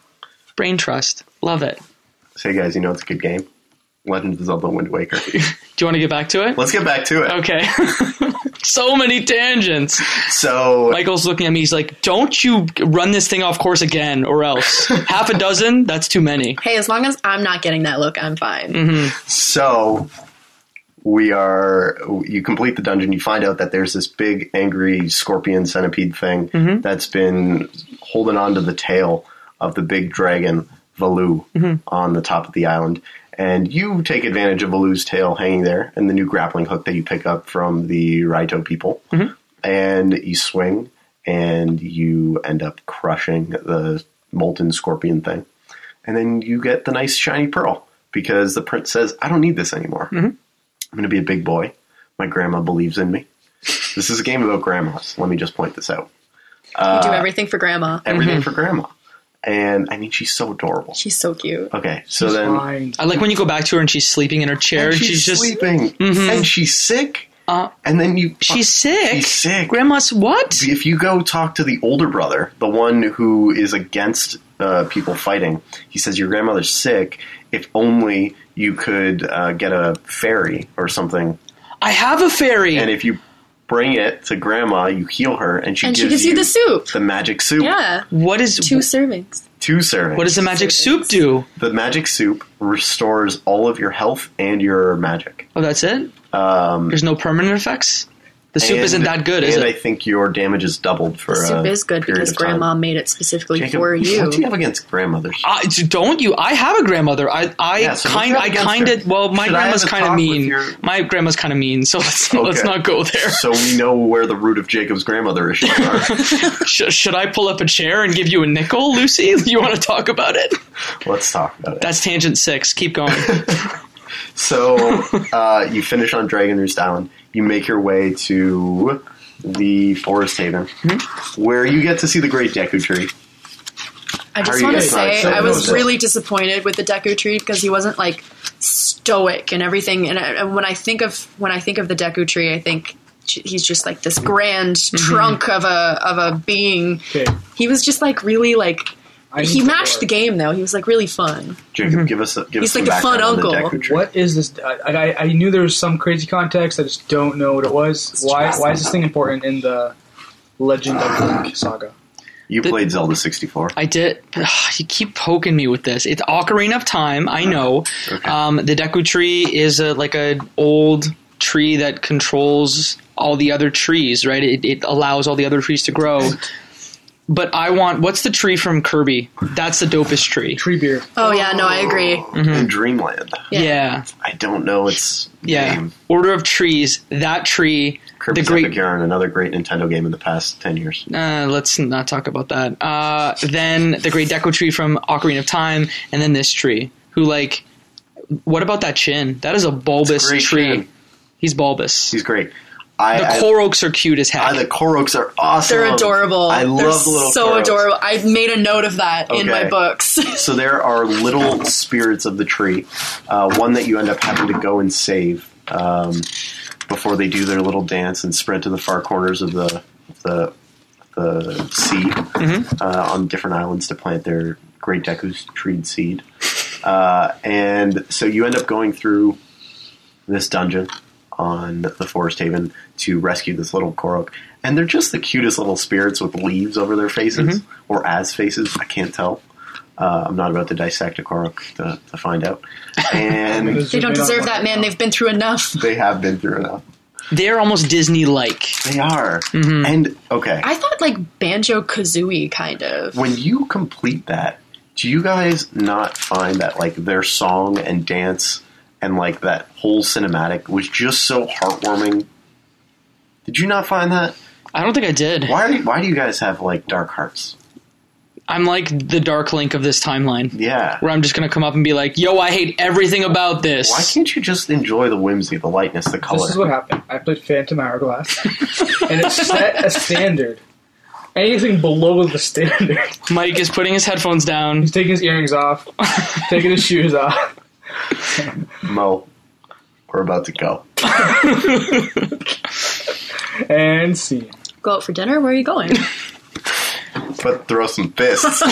[SPEAKER 6] Brain trust, love it.
[SPEAKER 2] So you guys, you know it's a good game. Legend of Zelda: Wind Waker.
[SPEAKER 6] Do you want to get back to it?
[SPEAKER 2] Let's get back to it.
[SPEAKER 6] Okay. so many tangents.
[SPEAKER 2] So
[SPEAKER 6] Michael's looking at me. He's like, "Don't you run this thing off course again, or else half a dozen. That's too many."
[SPEAKER 3] Hey, as long as I'm not getting that look, I'm fine.
[SPEAKER 2] Mm-hmm. so we are. You complete the dungeon. You find out that there's this big angry scorpion centipede thing that's been holding on to the tail of the big dragon Valu on the top of the island. And you take advantage of Valu's tail hanging there and the new grappling hook that you pick up from the Raito people. and you swing and you end up crushing the molten scorpion thing. And then you get the nice shiny pearl because the prince says, I don't need this anymore.
[SPEAKER 6] Mm-hmm.
[SPEAKER 2] I'm going to be a big boy. My grandma believes in me. this is a game about grandmas. Let me just point this out. Uh,
[SPEAKER 3] do everything for grandma.
[SPEAKER 6] Mm-hmm.
[SPEAKER 2] Everything for grandma. And I mean, she's so adorable.
[SPEAKER 3] She's so cute.
[SPEAKER 2] Okay, so
[SPEAKER 5] It's
[SPEAKER 2] then
[SPEAKER 5] fine.
[SPEAKER 6] I like when you go back to her and she's sleeping in her chair and she's, just Mm-hmm.
[SPEAKER 2] sleeping, and she's sick.
[SPEAKER 6] Uh,
[SPEAKER 2] and then you
[SPEAKER 6] she's sick.
[SPEAKER 2] She's sick.
[SPEAKER 6] Grandma's what?
[SPEAKER 2] if you go talk to the older brother, the one who is against uh, people fighting, he says your grandmother's sick. If only you could uh, get a fairy or something,
[SPEAKER 6] I have a fairy.
[SPEAKER 2] and if you bring it to grandma, you heal her, and she
[SPEAKER 3] And she
[SPEAKER 2] gives
[SPEAKER 3] gives you the soup.
[SPEAKER 2] the magic soup.
[SPEAKER 3] Yeah.
[SPEAKER 6] what is
[SPEAKER 3] Two servings.
[SPEAKER 2] two servings.
[SPEAKER 6] what does the magic soup do?
[SPEAKER 2] the magic soup restores all of your health and your magic.
[SPEAKER 6] Oh, that's it. Um, There's no permanent effects. The soup
[SPEAKER 2] And-
[SPEAKER 6] isn't that good, is
[SPEAKER 2] and I
[SPEAKER 6] it?
[SPEAKER 2] think your damage is doubled for a
[SPEAKER 3] Soup is good
[SPEAKER 2] period
[SPEAKER 3] because
[SPEAKER 2] of time.
[SPEAKER 3] grandma made it specifically
[SPEAKER 2] Jacob,
[SPEAKER 3] for you.
[SPEAKER 2] What do you have against grandmothers?
[SPEAKER 6] I, don't you? I have a grandmother. I, I
[SPEAKER 2] Yeah, so
[SPEAKER 6] kind,
[SPEAKER 2] what's that
[SPEAKER 6] I
[SPEAKER 2] against
[SPEAKER 6] kind of.
[SPEAKER 2] her?
[SPEAKER 6] Well, my
[SPEAKER 2] Should I have
[SPEAKER 6] grandma's
[SPEAKER 2] a
[SPEAKER 6] kind of
[SPEAKER 2] talk with
[SPEAKER 6] mean.
[SPEAKER 2] your-
[SPEAKER 6] My grandma's kind of mean. So let's let's
[SPEAKER 2] Okay.
[SPEAKER 6] not go there.
[SPEAKER 2] so we know where the root of Jacob's grandmother issues are.
[SPEAKER 6] Sh- should I pull up a chair and give you a nickel, Lucy? You want to talk about it?
[SPEAKER 2] Let's talk about it.
[SPEAKER 6] That's tangent six. Keep going.
[SPEAKER 2] so uh, you finish on Dragon Roost Island. You make your way to the Forest Haven,
[SPEAKER 6] Hmm?
[SPEAKER 2] where you get to see the Great Deku Tree.
[SPEAKER 3] I
[SPEAKER 2] How are
[SPEAKER 3] just
[SPEAKER 2] you
[SPEAKER 3] want to
[SPEAKER 2] guys not
[SPEAKER 3] say
[SPEAKER 2] excited
[SPEAKER 3] I was
[SPEAKER 2] about it?
[SPEAKER 3] really disappointed with the Deku Tree because he wasn't like stoic and everything. And, I, and when I think of when I think of the Deku Tree, I think j- he's just like this grand trunk of a of a being.
[SPEAKER 5] Mm-hmm. Okay.
[SPEAKER 3] He was just like really like
[SPEAKER 5] I need
[SPEAKER 3] he
[SPEAKER 5] to
[SPEAKER 3] matched the
[SPEAKER 5] learn.
[SPEAKER 3] game though. He was like really fun.
[SPEAKER 2] Jacob, give us a, give
[SPEAKER 3] Mm-hmm. He's
[SPEAKER 2] us some
[SPEAKER 3] like the fun
[SPEAKER 2] background on the
[SPEAKER 3] uncle.
[SPEAKER 2] Deku Tree.
[SPEAKER 5] What is this? I, I, I knew there was some crazy context. I just don't know what it was. Why Why is this thing important in the Legend of Link saga?
[SPEAKER 2] You played Zelda 64.
[SPEAKER 6] I did. Ugh, you keep poking me with this. It's Ocarina of Time. I know. Um, the Deku Tree is a, like an old tree that controls all the other trees, right? It, it allows all the other trees to grow. But I want what's the tree from Kirby? That's the dopest tree.
[SPEAKER 5] Tree beer.
[SPEAKER 3] Oh yeah, no, I agree.
[SPEAKER 2] In Dreamland.
[SPEAKER 3] Mm-hmm. Yeah.
[SPEAKER 6] Yeah,
[SPEAKER 2] I don't know its
[SPEAKER 6] yeah.
[SPEAKER 2] name.
[SPEAKER 6] Order of trees. That tree.
[SPEAKER 2] Kirby's
[SPEAKER 6] the great.
[SPEAKER 2] Epic Yarn, another great Nintendo game in the past 10 years.
[SPEAKER 6] uh, let's not talk about that. Uh, then the Great Deco Tree from Ocarina of Time, and then this tree. Who like? What about that chin? That is a bulbous
[SPEAKER 2] Great
[SPEAKER 6] tree.
[SPEAKER 2] chin.
[SPEAKER 6] He's bulbous.
[SPEAKER 2] He's great. I,
[SPEAKER 6] the
[SPEAKER 2] I-
[SPEAKER 6] Koroks are cute as
[SPEAKER 2] I,
[SPEAKER 6] heck.
[SPEAKER 2] the Koroks are awesome.
[SPEAKER 3] They're adorable.
[SPEAKER 2] I love
[SPEAKER 3] They're
[SPEAKER 2] the little
[SPEAKER 3] so
[SPEAKER 2] Koroks.
[SPEAKER 3] adorable. I made a note of that in my
[SPEAKER 2] Okay.
[SPEAKER 3] books.
[SPEAKER 2] So there are little spirits of the tree. Uh, one that you end up having to go and save um, before they do their little dance and spread to the far corners of the the, the sea uh, on different islands to plant their great Deku's tree seed. Uh, and so you end up going through this dungeon on the Forest Haven to rescue this little Korok. And they're just the cutest little spirits with leaves over their faces, or as faces, I can't tell. Uh, I'm not about to dissect a Korok to, to find out. And
[SPEAKER 3] they don't deserve that, man. They've been through enough.
[SPEAKER 2] they have been through enough.
[SPEAKER 6] They're almost Disney-like.
[SPEAKER 2] They are.
[SPEAKER 5] Mm-hmm.
[SPEAKER 2] And okay,
[SPEAKER 3] I thought like Banjo Kazooie kind of.
[SPEAKER 2] when you complete that, do you guys not find that like their song and dance and like that whole cinematic was just so heartwarming? Did you not find that?
[SPEAKER 6] I don't think I did.
[SPEAKER 2] Why are you, why do you guys have like dark hearts?
[SPEAKER 6] I'm like the dark link of this timeline,
[SPEAKER 2] Yeah.
[SPEAKER 6] where I'm just gonna come up and be like, "Yo, I hate everything about this."
[SPEAKER 2] Why can't you just enjoy the whimsy, the lightness, the color?
[SPEAKER 5] This is what happened. I played Phantom Hourglass, and it set a standard. Anything below the standard,
[SPEAKER 6] Mike is putting his headphones down.
[SPEAKER 5] he's taking his earrings off, taking his shoes off.
[SPEAKER 2] Mo, we're about to go.
[SPEAKER 5] and scene.
[SPEAKER 3] Go out for dinner? Where are you going?
[SPEAKER 2] But throw some fists.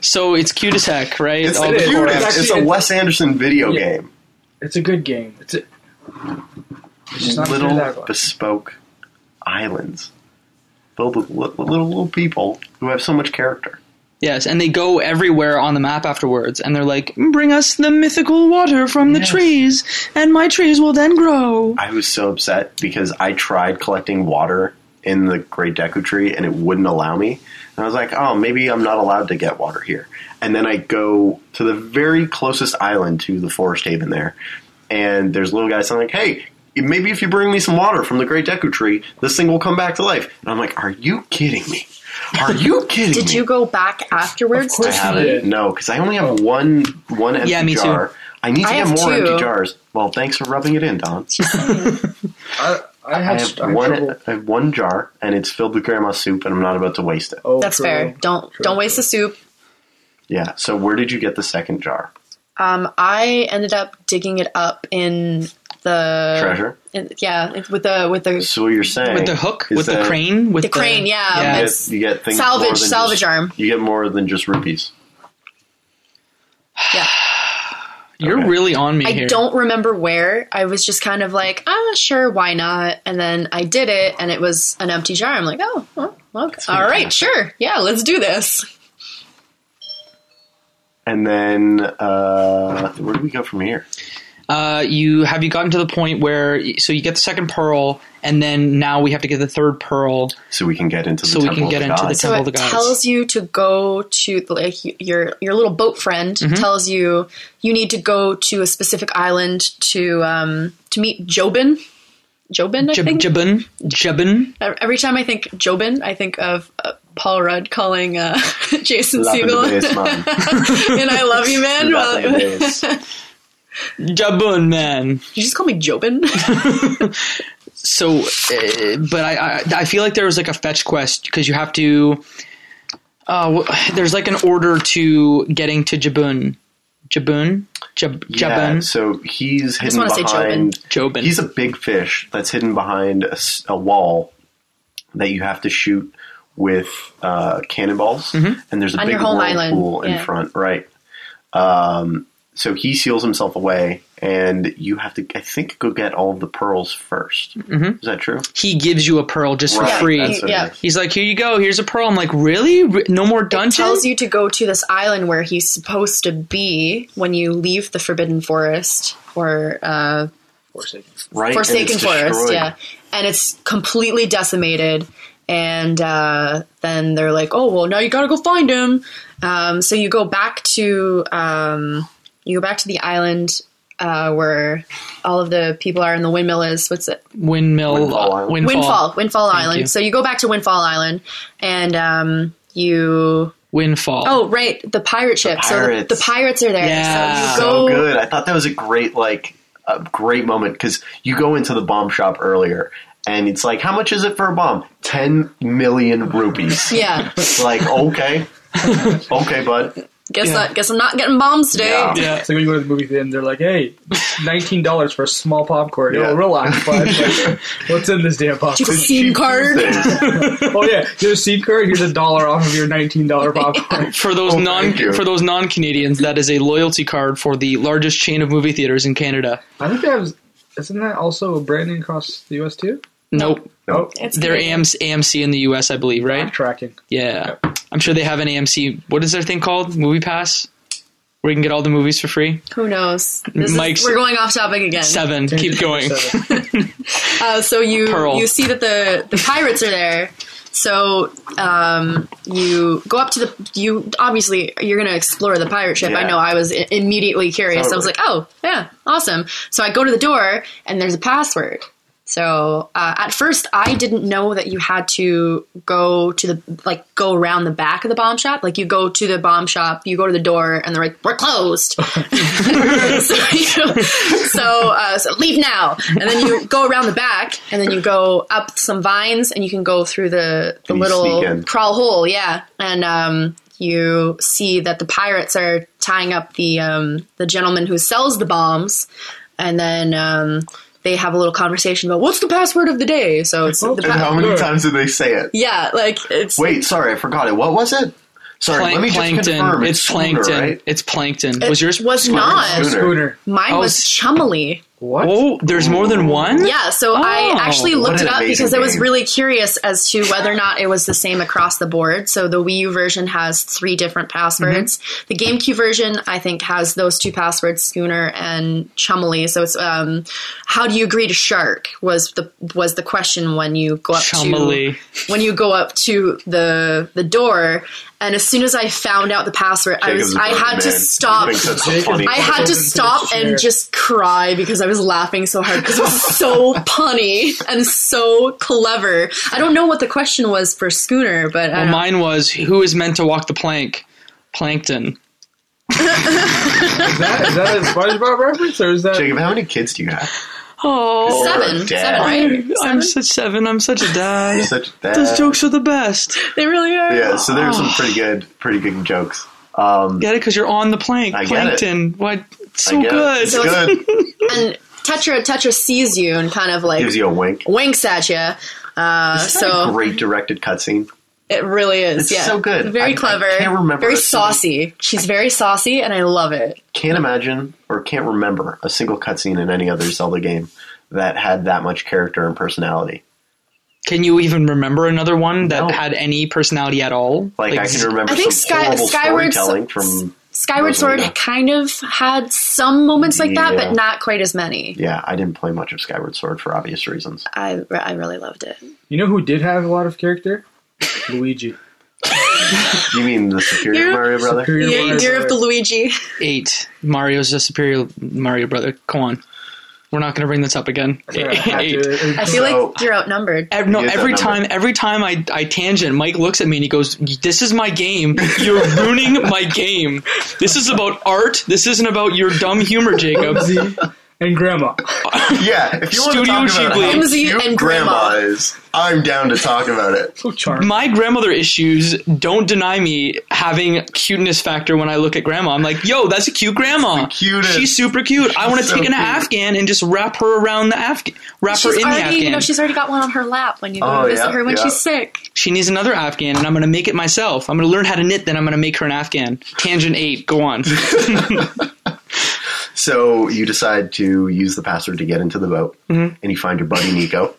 [SPEAKER 6] So it's cute as heck, right?
[SPEAKER 2] It's
[SPEAKER 6] All
[SPEAKER 2] the
[SPEAKER 6] the
[SPEAKER 5] is.
[SPEAKER 6] horror.
[SPEAKER 2] cutest. It's, a
[SPEAKER 5] Actually,
[SPEAKER 2] Wes Anderson video
[SPEAKER 5] Yeah.
[SPEAKER 2] game.
[SPEAKER 5] It's a good game. It's a, it's just not
[SPEAKER 2] little
[SPEAKER 5] Little that well.
[SPEAKER 2] bespoke islands filled with li- little little people who have so much character.
[SPEAKER 6] Yes, and they go everywhere on the map afterwards, and they're like, "Bring us the mythical water from the trees, and my trees will then grow."
[SPEAKER 2] I was so upset because I tried collecting water in the Great Deku Tree and it wouldn't allow me. And I was like, oh, maybe I'm not allowed to get water here. And then I go to the very closest island to the Forest Haven there, and there's little guys. I'm like, hey. Maybe if you bring me some water from the Great Deku Tree, this thing will come back to life. And I'm like, "Are you kidding me? Are you kidding me?"
[SPEAKER 3] Did you go back afterwards?
[SPEAKER 5] Of course
[SPEAKER 3] to-
[SPEAKER 5] I
[SPEAKER 2] haven't.
[SPEAKER 5] did.
[SPEAKER 2] No, because I only
[SPEAKER 5] Oh.
[SPEAKER 2] have one one empty
[SPEAKER 6] Yeah, me too.
[SPEAKER 2] jar. I need to
[SPEAKER 3] I
[SPEAKER 2] get
[SPEAKER 3] have
[SPEAKER 2] more
[SPEAKER 3] two.
[SPEAKER 2] empty jars. Well, thanks for rubbing it in, Don.
[SPEAKER 5] I, I
[SPEAKER 2] I
[SPEAKER 5] had,
[SPEAKER 2] have
[SPEAKER 5] I had
[SPEAKER 2] one.
[SPEAKER 5] trouble.
[SPEAKER 2] I have one jar, and it's filled with grandma soup, and I'm not about to waste it.
[SPEAKER 5] Oh,
[SPEAKER 3] That's
[SPEAKER 5] true.
[SPEAKER 3] fair. Don't
[SPEAKER 5] True.
[SPEAKER 3] don't waste the soup.
[SPEAKER 2] Yeah. So where did you get the second jar?
[SPEAKER 3] Um, I ended up digging it up in the
[SPEAKER 2] Treasure.
[SPEAKER 3] in- yeah, it- with the with the
[SPEAKER 2] So what you're saying
[SPEAKER 6] Uh, With the hook,
[SPEAKER 2] is
[SPEAKER 6] with the
[SPEAKER 2] that
[SPEAKER 6] crane, with
[SPEAKER 3] The crane, yeah,
[SPEAKER 2] You
[SPEAKER 3] with-
[SPEAKER 2] get, you get things
[SPEAKER 3] Salvage-
[SPEAKER 2] more than
[SPEAKER 3] salvage
[SPEAKER 2] just-
[SPEAKER 3] arm.
[SPEAKER 2] You get more than just rupees.
[SPEAKER 3] yeah.
[SPEAKER 6] You're
[SPEAKER 2] Okay.
[SPEAKER 6] really on me
[SPEAKER 3] I
[SPEAKER 6] here.
[SPEAKER 3] don't remember where. I was just kind of like, ah, sure, why not? And then I did it, and it was an empty jar. I'm like, oh, well, well, all right, sure, yeah, let's do this.
[SPEAKER 2] And then uh, where do we go from here?
[SPEAKER 6] Uh, you have you gotten to the point where so you get the second pearl, and then now we have to get the third pearl.
[SPEAKER 2] So we can get into the
[SPEAKER 6] So we
[SPEAKER 2] temple
[SPEAKER 6] can get
[SPEAKER 2] of the
[SPEAKER 6] into the
[SPEAKER 2] gods.
[SPEAKER 3] So
[SPEAKER 6] Temple of the
[SPEAKER 3] it
[SPEAKER 6] Gods.
[SPEAKER 3] tells you to go to like your your little boat friend
[SPEAKER 6] Mm-hmm.
[SPEAKER 3] tells you you need to go to a specific island to um to meet Jobin. Jobin, I
[SPEAKER 6] Jib-
[SPEAKER 3] think. E-,
[SPEAKER 6] Jibbin, Jibbin.
[SPEAKER 3] Every time I think Jobin, I think of uh, Paul Rudd calling uh, Jason
[SPEAKER 2] Lap in the
[SPEAKER 3] Segel
[SPEAKER 2] base, Mom.
[SPEAKER 3] and I love you, man.
[SPEAKER 2] Lap in the
[SPEAKER 3] Well, did
[SPEAKER 2] base.
[SPEAKER 6] Jabun man.
[SPEAKER 3] you just call me Jobin?
[SPEAKER 6] So, uh, but I, I I feel like there was like a fetch quest because you have to. Uh, wh- there's like an order to getting to Jabun, Jabun, Jab,
[SPEAKER 2] Yeah,
[SPEAKER 6] Jabun.
[SPEAKER 2] so he's hidden
[SPEAKER 3] wanna say
[SPEAKER 2] behind.
[SPEAKER 6] Jobin.
[SPEAKER 2] He's a big fish that's hidden behind a, s- a wall that you have to shoot with uh, cannonballs,
[SPEAKER 6] Mm-hmm.
[SPEAKER 2] and there's a
[SPEAKER 3] On
[SPEAKER 2] big
[SPEAKER 3] your home island,
[SPEAKER 2] whirlpool in
[SPEAKER 3] yeah.
[SPEAKER 2] front, right? Um, so he seals himself away, and you have to, I think, go get all of the pearls 1st Is that true?
[SPEAKER 6] He gives you a pearl just Mm-hmm. for
[SPEAKER 2] Right,
[SPEAKER 6] free.
[SPEAKER 2] that's what it
[SPEAKER 3] Yeah.
[SPEAKER 2] is.
[SPEAKER 6] He's like, here you go. Here's a pearl. I'm like, really? Re- No more
[SPEAKER 3] It tells
[SPEAKER 6] dungeons?
[SPEAKER 3] you to go to this island where he's supposed to be when you leave the Forbidden Forest or uh,
[SPEAKER 5] Forsaken.
[SPEAKER 2] Right, and it's
[SPEAKER 3] Forsaken Forest,
[SPEAKER 2] destroyed.
[SPEAKER 3] yeah. And it's completely decimated. And uh, then they're like, oh, well, now you gotta go find him. Um, so you go back to um, you go back to the island uh, where all of the people are and the windmill is. What's it?
[SPEAKER 6] Windmill.
[SPEAKER 2] Windfall
[SPEAKER 6] Windfall.
[SPEAKER 2] Island.
[SPEAKER 3] Windfall. Windfall Island.
[SPEAKER 6] you.
[SPEAKER 3] So you go back to Windfall Island and um, you.
[SPEAKER 6] Windfall.
[SPEAKER 3] Oh, right. The pirate ship.
[SPEAKER 2] pirates.
[SPEAKER 3] So the, the pirates are there.
[SPEAKER 6] Yeah.
[SPEAKER 3] So you
[SPEAKER 2] so
[SPEAKER 3] go.
[SPEAKER 2] good. I thought that was a great like a great moment because you go into the bomb shop earlier and it's like, how much is it for a bomb? Ten million rupees.
[SPEAKER 3] Yeah.
[SPEAKER 2] It's like okay, okay, bud.
[SPEAKER 3] Guess,
[SPEAKER 6] Yeah.
[SPEAKER 3] Not, guess I'm not getting bombs today.
[SPEAKER 2] Yeah.
[SPEAKER 6] Yeah.
[SPEAKER 5] It's like when you go to the movie theater and they're like, hey, $19 for a small popcorn.
[SPEAKER 2] Yeah.
[SPEAKER 5] Yeah. relax, bud. Like, What's in this damn
[SPEAKER 3] Do you
[SPEAKER 5] popcorn?
[SPEAKER 3] have a SIM card?
[SPEAKER 5] oh, yeah. Here's a seed card. Here's a dollar off of your $19 popcorn.
[SPEAKER 6] For those non
[SPEAKER 2] Oh, thank you.
[SPEAKER 6] for those non Canadians, that is a loyalty card for the largest chain of movie theaters in Canada.
[SPEAKER 5] I think that was, isn't that also branding across the U.S. too?
[SPEAKER 6] Nope,
[SPEAKER 5] Nope.
[SPEAKER 3] It's
[SPEAKER 6] they're AMC, AMC in the U.S. I believe, right?
[SPEAKER 5] Backtracking.
[SPEAKER 6] Yeah, I'm sure they have an AMC. What is their thing called? Movie Pass, where you can get all the movies for free.
[SPEAKER 3] Who knows? This is-
[SPEAKER 6] Mike's-
[SPEAKER 3] we're going off topic again.
[SPEAKER 6] Seven. Keep going.
[SPEAKER 5] Seven.
[SPEAKER 3] Uh, so you
[SPEAKER 6] Pearl.
[SPEAKER 3] you see that the the pirates are there. So um, you go up to the you obviously you're gonna explore the pirate ship. I
[SPEAKER 2] Yeah.
[SPEAKER 3] know I was I- immediately curious. I
[SPEAKER 2] Totally.
[SPEAKER 3] was like, oh yeah, awesome. So I go to the door and there's a password. So uh, at first I didn't know that you had to go to the like go around the back of the bomb shop. Like you go to the bomb shop, you go to the door, and they're like, we're closed. so, you know, so, uh, so leave now, and then you go around the back, and then you go up some vines, and you can go through the the
[SPEAKER 2] And you sneak
[SPEAKER 3] little
[SPEAKER 2] in.
[SPEAKER 3] crawl hole, yeah, and um, you see that the pirates are tying up the um, the gentleman who sells the bombs, and then. Um, they have a little conversation about what's the password of the day. So it's the
[SPEAKER 2] And how
[SPEAKER 3] pa-
[SPEAKER 2] many times did they say it?
[SPEAKER 3] yeah, like it's
[SPEAKER 2] Wait, sorry, I forgot it. What was it? Sorry,
[SPEAKER 6] Plank-
[SPEAKER 2] let me just confirm.
[SPEAKER 6] plankton.
[SPEAKER 2] It's,
[SPEAKER 6] It's plankton.
[SPEAKER 2] Schooner, right?
[SPEAKER 6] It's plankton. was yours?
[SPEAKER 3] was not
[SPEAKER 2] Schooner.
[SPEAKER 5] Scooter.
[SPEAKER 3] mine
[SPEAKER 6] Oh,
[SPEAKER 3] was
[SPEAKER 6] s-
[SPEAKER 3] Chummily.
[SPEAKER 5] What?
[SPEAKER 6] Oh, there's more than one.
[SPEAKER 3] Yeah, so
[SPEAKER 6] Oh,
[SPEAKER 3] I actually
[SPEAKER 6] what
[SPEAKER 3] looked
[SPEAKER 2] an
[SPEAKER 3] it up
[SPEAKER 2] amazing
[SPEAKER 3] because I was
[SPEAKER 2] game.
[SPEAKER 3] really curious as to whether or not it was the same across the board. So the Wii U version has three different passwords.
[SPEAKER 2] Mm-hmm.
[SPEAKER 3] The GameCube version, I think, has those two passwords, Schooner and Chummily. So it's um, how do you agree to shark was the was the question when you go up
[SPEAKER 6] Chummily.
[SPEAKER 3] to when you go up to the the door. And as soon as I found out the password, I
[SPEAKER 2] Jacob's
[SPEAKER 3] was
[SPEAKER 2] a
[SPEAKER 3] I
[SPEAKER 2] good
[SPEAKER 3] had to
[SPEAKER 2] man.
[SPEAKER 3] stop.
[SPEAKER 2] He thinks that's so
[SPEAKER 5] Jacob's
[SPEAKER 2] funny.
[SPEAKER 3] I had to
[SPEAKER 5] Jacob's a
[SPEAKER 3] stop
[SPEAKER 5] good
[SPEAKER 3] and
[SPEAKER 5] share.
[SPEAKER 3] just just cry because I was laughing so hard because it was so punny and so clever. I don't know what the question was for Schooner, but uh, I
[SPEAKER 6] Well,
[SPEAKER 3] don't-
[SPEAKER 6] mine was who is meant to walk the plank? Plankton.
[SPEAKER 5] Is that, is that a SpongeBob reference or is that?
[SPEAKER 2] Jacob, how many kids do you have?
[SPEAKER 6] Oh,
[SPEAKER 3] seven,
[SPEAKER 2] Dad.
[SPEAKER 3] seven, right?
[SPEAKER 6] I'm such seven. I'm such a dad.
[SPEAKER 2] Such that.
[SPEAKER 6] Those jokes are the best.
[SPEAKER 3] They really are.
[SPEAKER 2] Yeah, so there's some pretty good, pretty good jokes. Um,
[SPEAKER 6] Get it? Because you're on the plank.
[SPEAKER 2] I get it.
[SPEAKER 6] Plankton. What? So
[SPEAKER 2] I get it.
[SPEAKER 6] good.
[SPEAKER 2] It's good.
[SPEAKER 3] And Tetra Tetra sees you and kind of like
[SPEAKER 2] Gives you a wink.
[SPEAKER 3] winks at you. Uh, so
[SPEAKER 2] Great directed cutscene.
[SPEAKER 3] it really is.
[SPEAKER 2] It's
[SPEAKER 3] yeah,
[SPEAKER 2] so good. I-
[SPEAKER 3] Very
[SPEAKER 2] I
[SPEAKER 3] clever.
[SPEAKER 2] can't remember
[SPEAKER 3] Very
[SPEAKER 2] a single-
[SPEAKER 3] saucy. She's very saucy, and I love it.
[SPEAKER 2] Can't imagine or can't remember a single cutscene in any other Zelda game that had that much character and personality.
[SPEAKER 6] Can you even remember another one that
[SPEAKER 2] No.
[SPEAKER 6] had any personality at all?
[SPEAKER 2] Like, I
[SPEAKER 6] z-
[SPEAKER 2] can remember
[SPEAKER 3] I think
[SPEAKER 2] some
[SPEAKER 3] Sky-
[SPEAKER 2] horrible
[SPEAKER 3] Skyward
[SPEAKER 2] storytelling
[SPEAKER 3] S-
[SPEAKER 2] from.
[SPEAKER 3] Skyward Sword
[SPEAKER 2] Rosalina.
[SPEAKER 3] kind of had some moments like that,
[SPEAKER 2] Yeah.
[SPEAKER 3] but not quite as many.
[SPEAKER 2] Yeah, I didn't play much of Skyward Sword for obvious reasons.
[SPEAKER 3] I, I really loved it.
[SPEAKER 5] You know who did have a lot of character? Luigi.
[SPEAKER 2] You mean the superior
[SPEAKER 3] You're-
[SPEAKER 2] Mario brother?
[SPEAKER 5] Superior
[SPEAKER 3] Year,
[SPEAKER 5] Mario
[SPEAKER 3] Year of the
[SPEAKER 5] Brothers.
[SPEAKER 3] Luigi.
[SPEAKER 6] Eight. Mario's a superior Mario brother. Come on. We're not going to bring this up again.
[SPEAKER 5] Yeah, I
[SPEAKER 6] Eight.
[SPEAKER 5] did.
[SPEAKER 3] I feel
[SPEAKER 2] So-
[SPEAKER 3] like you're outnumbered.
[SPEAKER 6] Ev- no,
[SPEAKER 2] He is
[SPEAKER 6] every
[SPEAKER 2] that number.
[SPEAKER 6] time, every time I, I tangent, Mike looks at me and he goes, "This is my game. You're ruining my game. This is about art. This isn't about your dumb humor, Jacob."
[SPEAKER 5] Bubsy and Grandma.
[SPEAKER 2] Yeah, if you
[SPEAKER 6] Studio
[SPEAKER 2] want to talk about
[SPEAKER 6] Ghibli.
[SPEAKER 2] how
[SPEAKER 3] Mimsy
[SPEAKER 2] cute
[SPEAKER 3] and
[SPEAKER 2] grandma
[SPEAKER 3] Grandma.
[SPEAKER 2] is, I'm down to talk about it.
[SPEAKER 5] So charming.
[SPEAKER 6] My grandmother issues don't deny me having cuteness factor when I look at grandma. I'm like, "Yo, that's a cute grandma.
[SPEAKER 2] cutest.
[SPEAKER 6] She's super cute. I want to
[SPEAKER 2] so
[SPEAKER 6] take an
[SPEAKER 2] cute.
[SPEAKER 6] Afghan and just wrap her around the Afghan, wrap her
[SPEAKER 3] She's
[SPEAKER 6] in the
[SPEAKER 3] already,
[SPEAKER 6] Afghan.
[SPEAKER 3] you know, she's already got one on her lap when you go
[SPEAKER 2] Oh,
[SPEAKER 3] to visit
[SPEAKER 2] yeah,
[SPEAKER 3] her when
[SPEAKER 2] yeah.
[SPEAKER 3] she's sick.
[SPEAKER 6] she needs another Afghan, and I'm going to make it myself. I'm going to learn how to knit, then I'm going to make her an Afghan. Tangent eight. Go on.
[SPEAKER 2] So you decide to use the password to get into the boat,
[SPEAKER 3] Mm-hmm.
[SPEAKER 2] and you find your buddy Nico,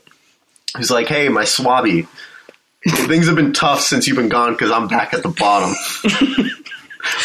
[SPEAKER 2] who's like, "Hey, my swabby, things have been tough since you've been gone because I'm back at the bottom."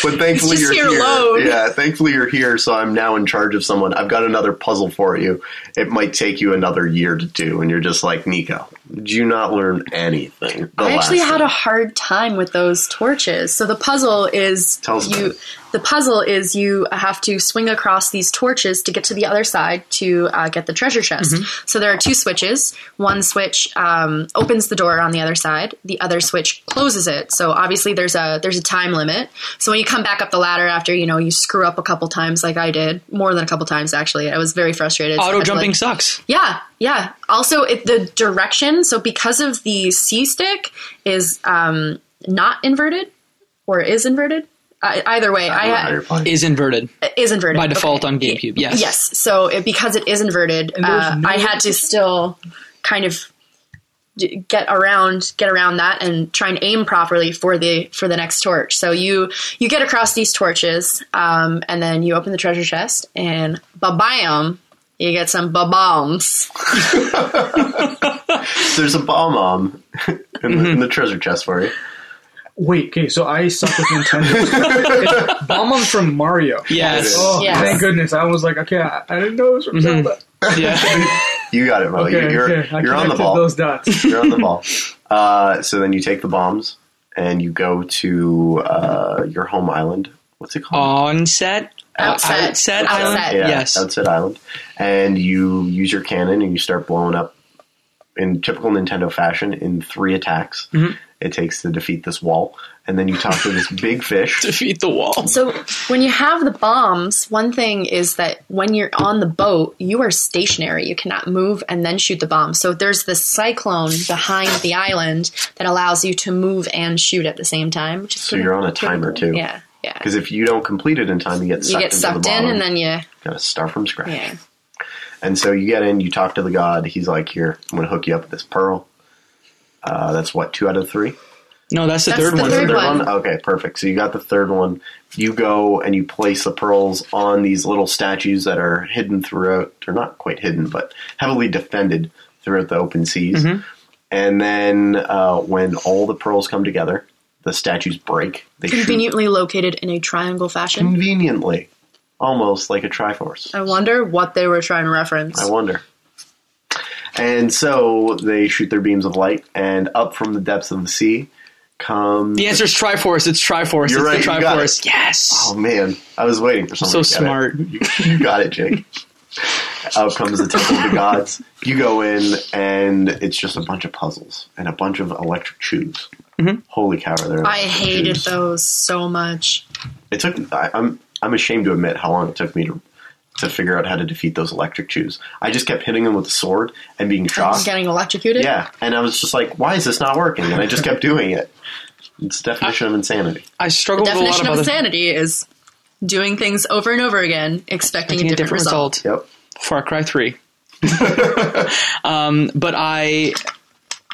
[SPEAKER 2] But thankfully
[SPEAKER 3] just
[SPEAKER 2] you're
[SPEAKER 3] here
[SPEAKER 2] here.
[SPEAKER 3] alone.
[SPEAKER 2] Yeah, thankfully you're here, so I'm now in charge of someone. I've got another puzzle for you. It might take you another year to do, and you're just like, Nico, did you not learn anything? the
[SPEAKER 3] I actually
[SPEAKER 2] last
[SPEAKER 3] had
[SPEAKER 2] time?"
[SPEAKER 3] a hard time with those torches. So the puzzle is
[SPEAKER 2] Tell us
[SPEAKER 3] you.
[SPEAKER 2] about it.
[SPEAKER 3] The puzzle is you have to swing across these torches to get to the other side to uh, get the treasure chest.
[SPEAKER 6] Mm-hmm.
[SPEAKER 3] So there are two switches. One switch um, opens the door on the other side. The other switch closes it. So obviously there's a there's a time limit. So when you come back up the ladder after you know you screw up a couple times like I did, more than a couple times actually, I was very frustrated. I
[SPEAKER 6] Auto
[SPEAKER 3] feel
[SPEAKER 6] jumping
[SPEAKER 3] like-
[SPEAKER 6] sucks.
[SPEAKER 3] yeah, yeah. Also, it, the direction. So because of the C stick is um, not inverted or is inverted. I, either way,
[SPEAKER 2] I
[SPEAKER 3] I,
[SPEAKER 2] don't know how you're
[SPEAKER 3] I
[SPEAKER 2] playing.
[SPEAKER 6] Is inverted
[SPEAKER 3] is inverted
[SPEAKER 6] by default
[SPEAKER 3] Okay.
[SPEAKER 6] on GameCube. Yes.
[SPEAKER 3] Yes. So it, because it is inverted, uh, I had to still kind of d- get around get around that and try and aim properly for the for the next torch. So you you get across these torches, um, and then you open the treasure chest, and ba bam, you get some ba bombs.
[SPEAKER 2] There's a bomb mom in,
[SPEAKER 3] Mm-hmm.
[SPEAKER 2] the, in the treasure chest for you.
[SPEAKER 5] Wait, okay, so I suck with Nintendo. It's Bomb 'em from Mario.
[SPEAKER 6] Yes.
[SPEAKER 5] Oh,
[SPEAKER 3] Yes. Mm-hmm.
[SPEAKER 5] thank goodness. I was like, okay, I, I didn't know it was from Zelda.
[SPEAKER 6] Yeah.
[SPEAKER 2] You got it, Mo.
[SPEAKER 5] Okay,
[SPEAKER 2] You- you're
[SPEAKER 5] okay. I
[SPEAKER 2] you're on the
[SPEAKER 5] connected
[SPEAKER 2] ball.
[SPEAKER 5] Those dots.
[SPEAKER 2] You're on the ball. Uh, so then you take the bombs and you go to uh, your home island. What's it called?
[SPEAKER 6] Onset,
[SPEAKER 3] Outset.
[SPEAKER 6] outset,
[SPEAKER 3] Outset.
[SPEAKER 6] island. Yes.
[SPEAKER 2] Outset Island. And you use your cannon and you start blowing up in typical Nintendo fashion in three attacks.
[SPEAKER 3] Mm-hmm.
[SPEAKER 2] It takes to defeat this wall. And then you talk to this big fish.
[SPEAKER 6] Defeat the wall.
[SPEAKER 3] So when you have the bombs, one thing is that when you're on the boat, you are stationary. You cannot move and then shoot the bomb. So there's this cyclone behind the island that allows you to move and shoot at the same time. Which is
[SPEAKER 2] So you're on a timer too.
[SPEAKER 3] Yeah, yeah.
[SPEAKER 2] Because if you don't complete it in time, you get
[SPEAKER 3] You
[SPEAKER 2] sucked,
[SPEAKER 3] get sucked
[SPEAKER 2] into the
[SPEAKER 3] in
[SPEAKER 2] bottom.
[SPEAKER 3] and then you
[SPEAKER 2] gotta start from scratch.
[SPEAKER 3] yeah.
[SPEAKER 2] And so you get in, you talk to the god. He's like, "Here, I'm gonna hook you up with this pearl." Uh, that's what two out of three.
[SPEAKER 6] No, that's the
[SPEAKER 3] That's
[SPEAKER 6] third
[SPEAKER 3] the
[SPEAKER 6] one.
[SPEAKER 3] third one.
[SPEAKER 2] Okay, perfect. So you got the third one. You go and you place the pearls on these little statues that are hidden throughout, or not quite hidden, but heavily defended throughout the open seas. And then uh, when all the pearls come together, the statues break. They shoot
[SPEAKER 3] Conveniently located in a triangle fashion.
[SPEAKER 2] conveniently, almost like a Triforce.
[SPEAKER 3] I wonder what they were trying to reference.
[SPEAKER 2] I wonder. And so they shoot their beams of light, and up from the depths of the sea comes.
[SPEAKER 6] The answer is Triforce. It's Triforce.
[SPEAKER 2] You're
[SPEAKER 6] it's
[SPEAKER 2] right,
[SPEAKER 6] the
[SPEAKER 2] you got
[SPEAKER 6] Triforce.
[SPEAKER 2] it.
[SPEAKER 6] Yes.
[SPEAKER 2] Oh man, I was waiting for
[SPEAKER 6] so
[SPEAKER 2] something.
[SPEAKER 6] smart.
[SPEAKER 2] You got it, Jake. Out comes the Temple of the Gods. You go in, and it's just a bunch of puzzles and a bunch of electric shoes.
[SPEAKER 6] Mm-hmm.
[SPEAKER 2] Holy cow! Are there
[SPEAKER 3] I
[SPEAKER 2] electric
[SPEAKER 3] hated
[SPEAKER 2] shoes.
[SPEAKER 3] those so much.
[SPEAKER 2] It took. I, I'm I'm ashamed to admit how long it took me to to figure out how to defeat those electric shoes. I just kept hitting them with a sword and being
[SPEAKER 3] I
[SPEAKER 2] shocked.
[SPEAKER 3] was getting electrocuted.
[SPEAKER 2] Yeah, and I was just like, why is this not working? And I just kept doing it. It's the definition of insanity.
[SPEAKER 6] I struggle with a lot
[SPEAKER 3] Definition
[SPEAKER 6] about
[SPEAKER 3] of
[SPEAKER 6] the
[SPEAKER 3] insanity is doing things over and over again, expecting a
[SPEAKER 6] getting
[SPEAKER 3] different, result.
[SPEAKER 2] Yep.
[SPEAKER 6] Far Cry Three. um, but I,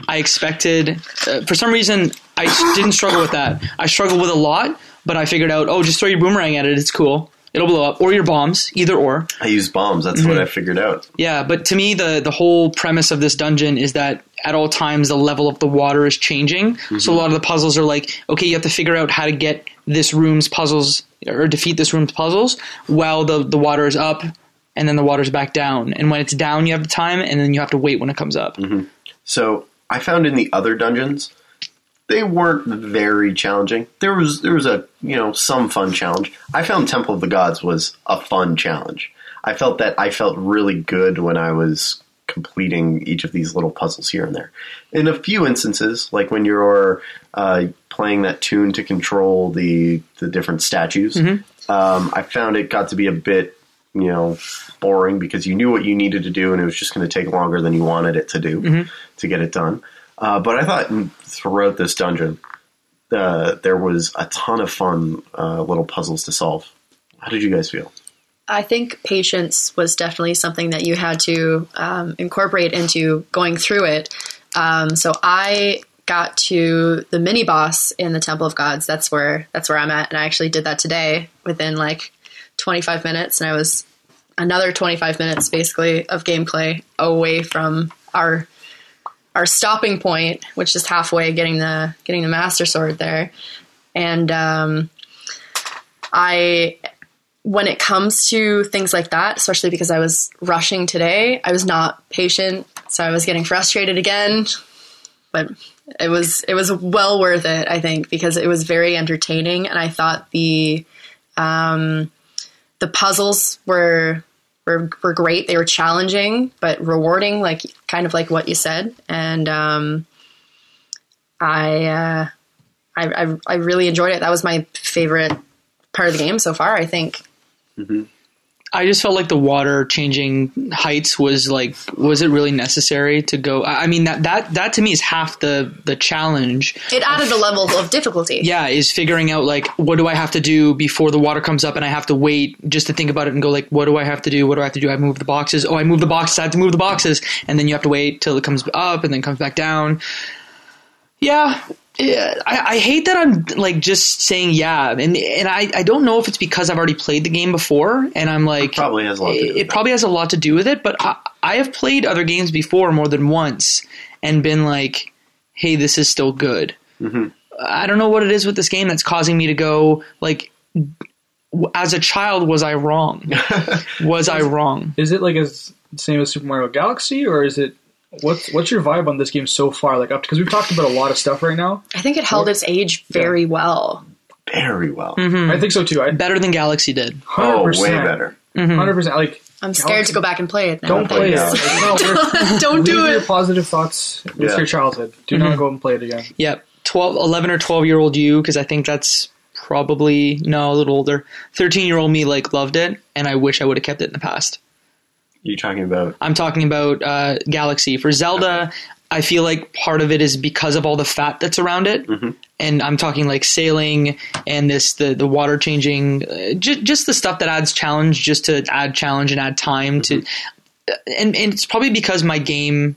[SPEAKER 6] I expected uh, for some reason I s- didn't struggle with that. I struggled with a lot, but I figured out. Oh, just throw your boomerang at it. It's cool. It'll blow up, or your bombs, either or.
[SPEAKER 2] I use bombs. That's what I figured out.
[SPEAKER 6] Yeah, but to me, the the whole premise of this dungeon is that at all times the level of the water is changing. So a lot of the puzzles are like, okay, you have to figure out how to get this room's puzzles or defeat this room's puzzles while the the water is up, and then the water's back down. And when it's down, you have the time, and then you have to wait when it comes up.
[SPEAKER 2] So I found in the other dungeons, they weren't very challenging. There was there was a you know some fun challenge. I found Temple of the Gods was a fun challenge. I felt that I felt really good when I was completing each of these little puzzles here and there. In a few instances, like when you're uh, playing that tune to control the the different statues, um, I found it got to be a bit you know boring because you knew what you needed to do and it was just going to take longer than you wanted it to do
[SPEAKER 5] Mm-hmm.
[SPEAKER 2] to get it done. Uh, but I thought mm, throughout this dungeon, uh, there was a ton of fun uh, little puzzles to solve. How did you guys feel?
[SPEAKER 3] I think patience was definitely something that you had to um, incorporate into going through it. Um, so I got to the mini boss in the Temple of Gods. That's where that's where I'm at, and I actually did that today within like 25 minutes, and I was another 25 minutes basically of gameplay away from our our stopping point, which is halfway getting the getting the Master Sword there, and um, I when it comes to things like that, especially because I was rushing today, I was not patient, so I was getting frustrated again. But it was it was well worth it, I think, because it was very entertaining, and I thought the um, the puzzles were, were were great. They were challenging but rewarding, like kind of like what you said, and um, I, uh, I I I really enjoyed it. That was my favorite part of the game so far. I think
[SPEAKER 6] I just felt like the water changing heights was like was it really necessary to go? I I mean that that that to me is half the the challenge.
[SPEAKER 3] It added a level of difficulty.
[SPEAKER 6] yeah is figuring out like what do i have to do before the water comes up and i have to wait just to think about it and go like what do i have to do what do i have to do i move the boxes oh i move the boxes i have to move the boxes and then you have to wait till it comes up and then comes back down yeah yeah, I, I hate that I'm like just saying yeah, and and I, I don't know if it's because I've already played the game before, and I'm like
[SPEAKER 2] Probably has a lot to do
[SPEAKER 6] it,
[SPEAKER 2] with
[SPEAKER 6] it probably has a lot to do with it, but I, I have played other games before more than once and been like, hey, this is still good.
[SPEAKER 2] Mm-hmm.
[SPEAKER 6] I don't know what it is with this game that's causing me to go like. w- As a child, was I wrong? was I wrong?
[SPEAKER 5] Is it like as same as Super Mario Galaxy, or is it what's what's your vibe on this game so far? Like up because we've talked about a lot of stuff right now.
[SPEAKER 3] I think it held its age very well.
[SPEAKER 2] Very well.
[SPEAKER 3] Hmm.
[SPEAKER 5] I think so too. I
[SPEAKER 6] Better than Galaxy did.
[SPEAKER 2] Oh,
[SPEAKER 5] 100%,
[SPEAKER 2] way better.
[SPEAKER 3] Mm-hmm.
[SPEAKER 5] 100. percent Like
[SPEAKER 3] I'm scared to go back and play it now.
[SPEAKER 5] don't play it.
[SPEAKER 2] Galaxy.
[SPEAKER 5] No, we're-
[SPEAKER 3] don't do
[SPEAKER 5] leave your
[SPEAKER 3] it. Mm-hmm.
[SPEAKER 5] positive thoughts with
[SPEAKER 2] Yeah.
[SPEAKER 5] your childhood. Do not go and play it again.
[SPEAKER 6] Yep. 12, 11 or 12 year old you, because I think that's probably, no, a little older. 13 year old me, like, loved it, and I wish I would have kept it in the past.
[SPEAKER 2] You talking about?
[SPEAKER 6] I'm talking about uh, Galaxy. For Zelda, I feel like part of it is because of all the fat that's around it, and I'm talking like sailing and this the the water changing, uh, ju- just the stuff that adds challenge, just to add challenge and add time to, Uh, and and it's probably because my game.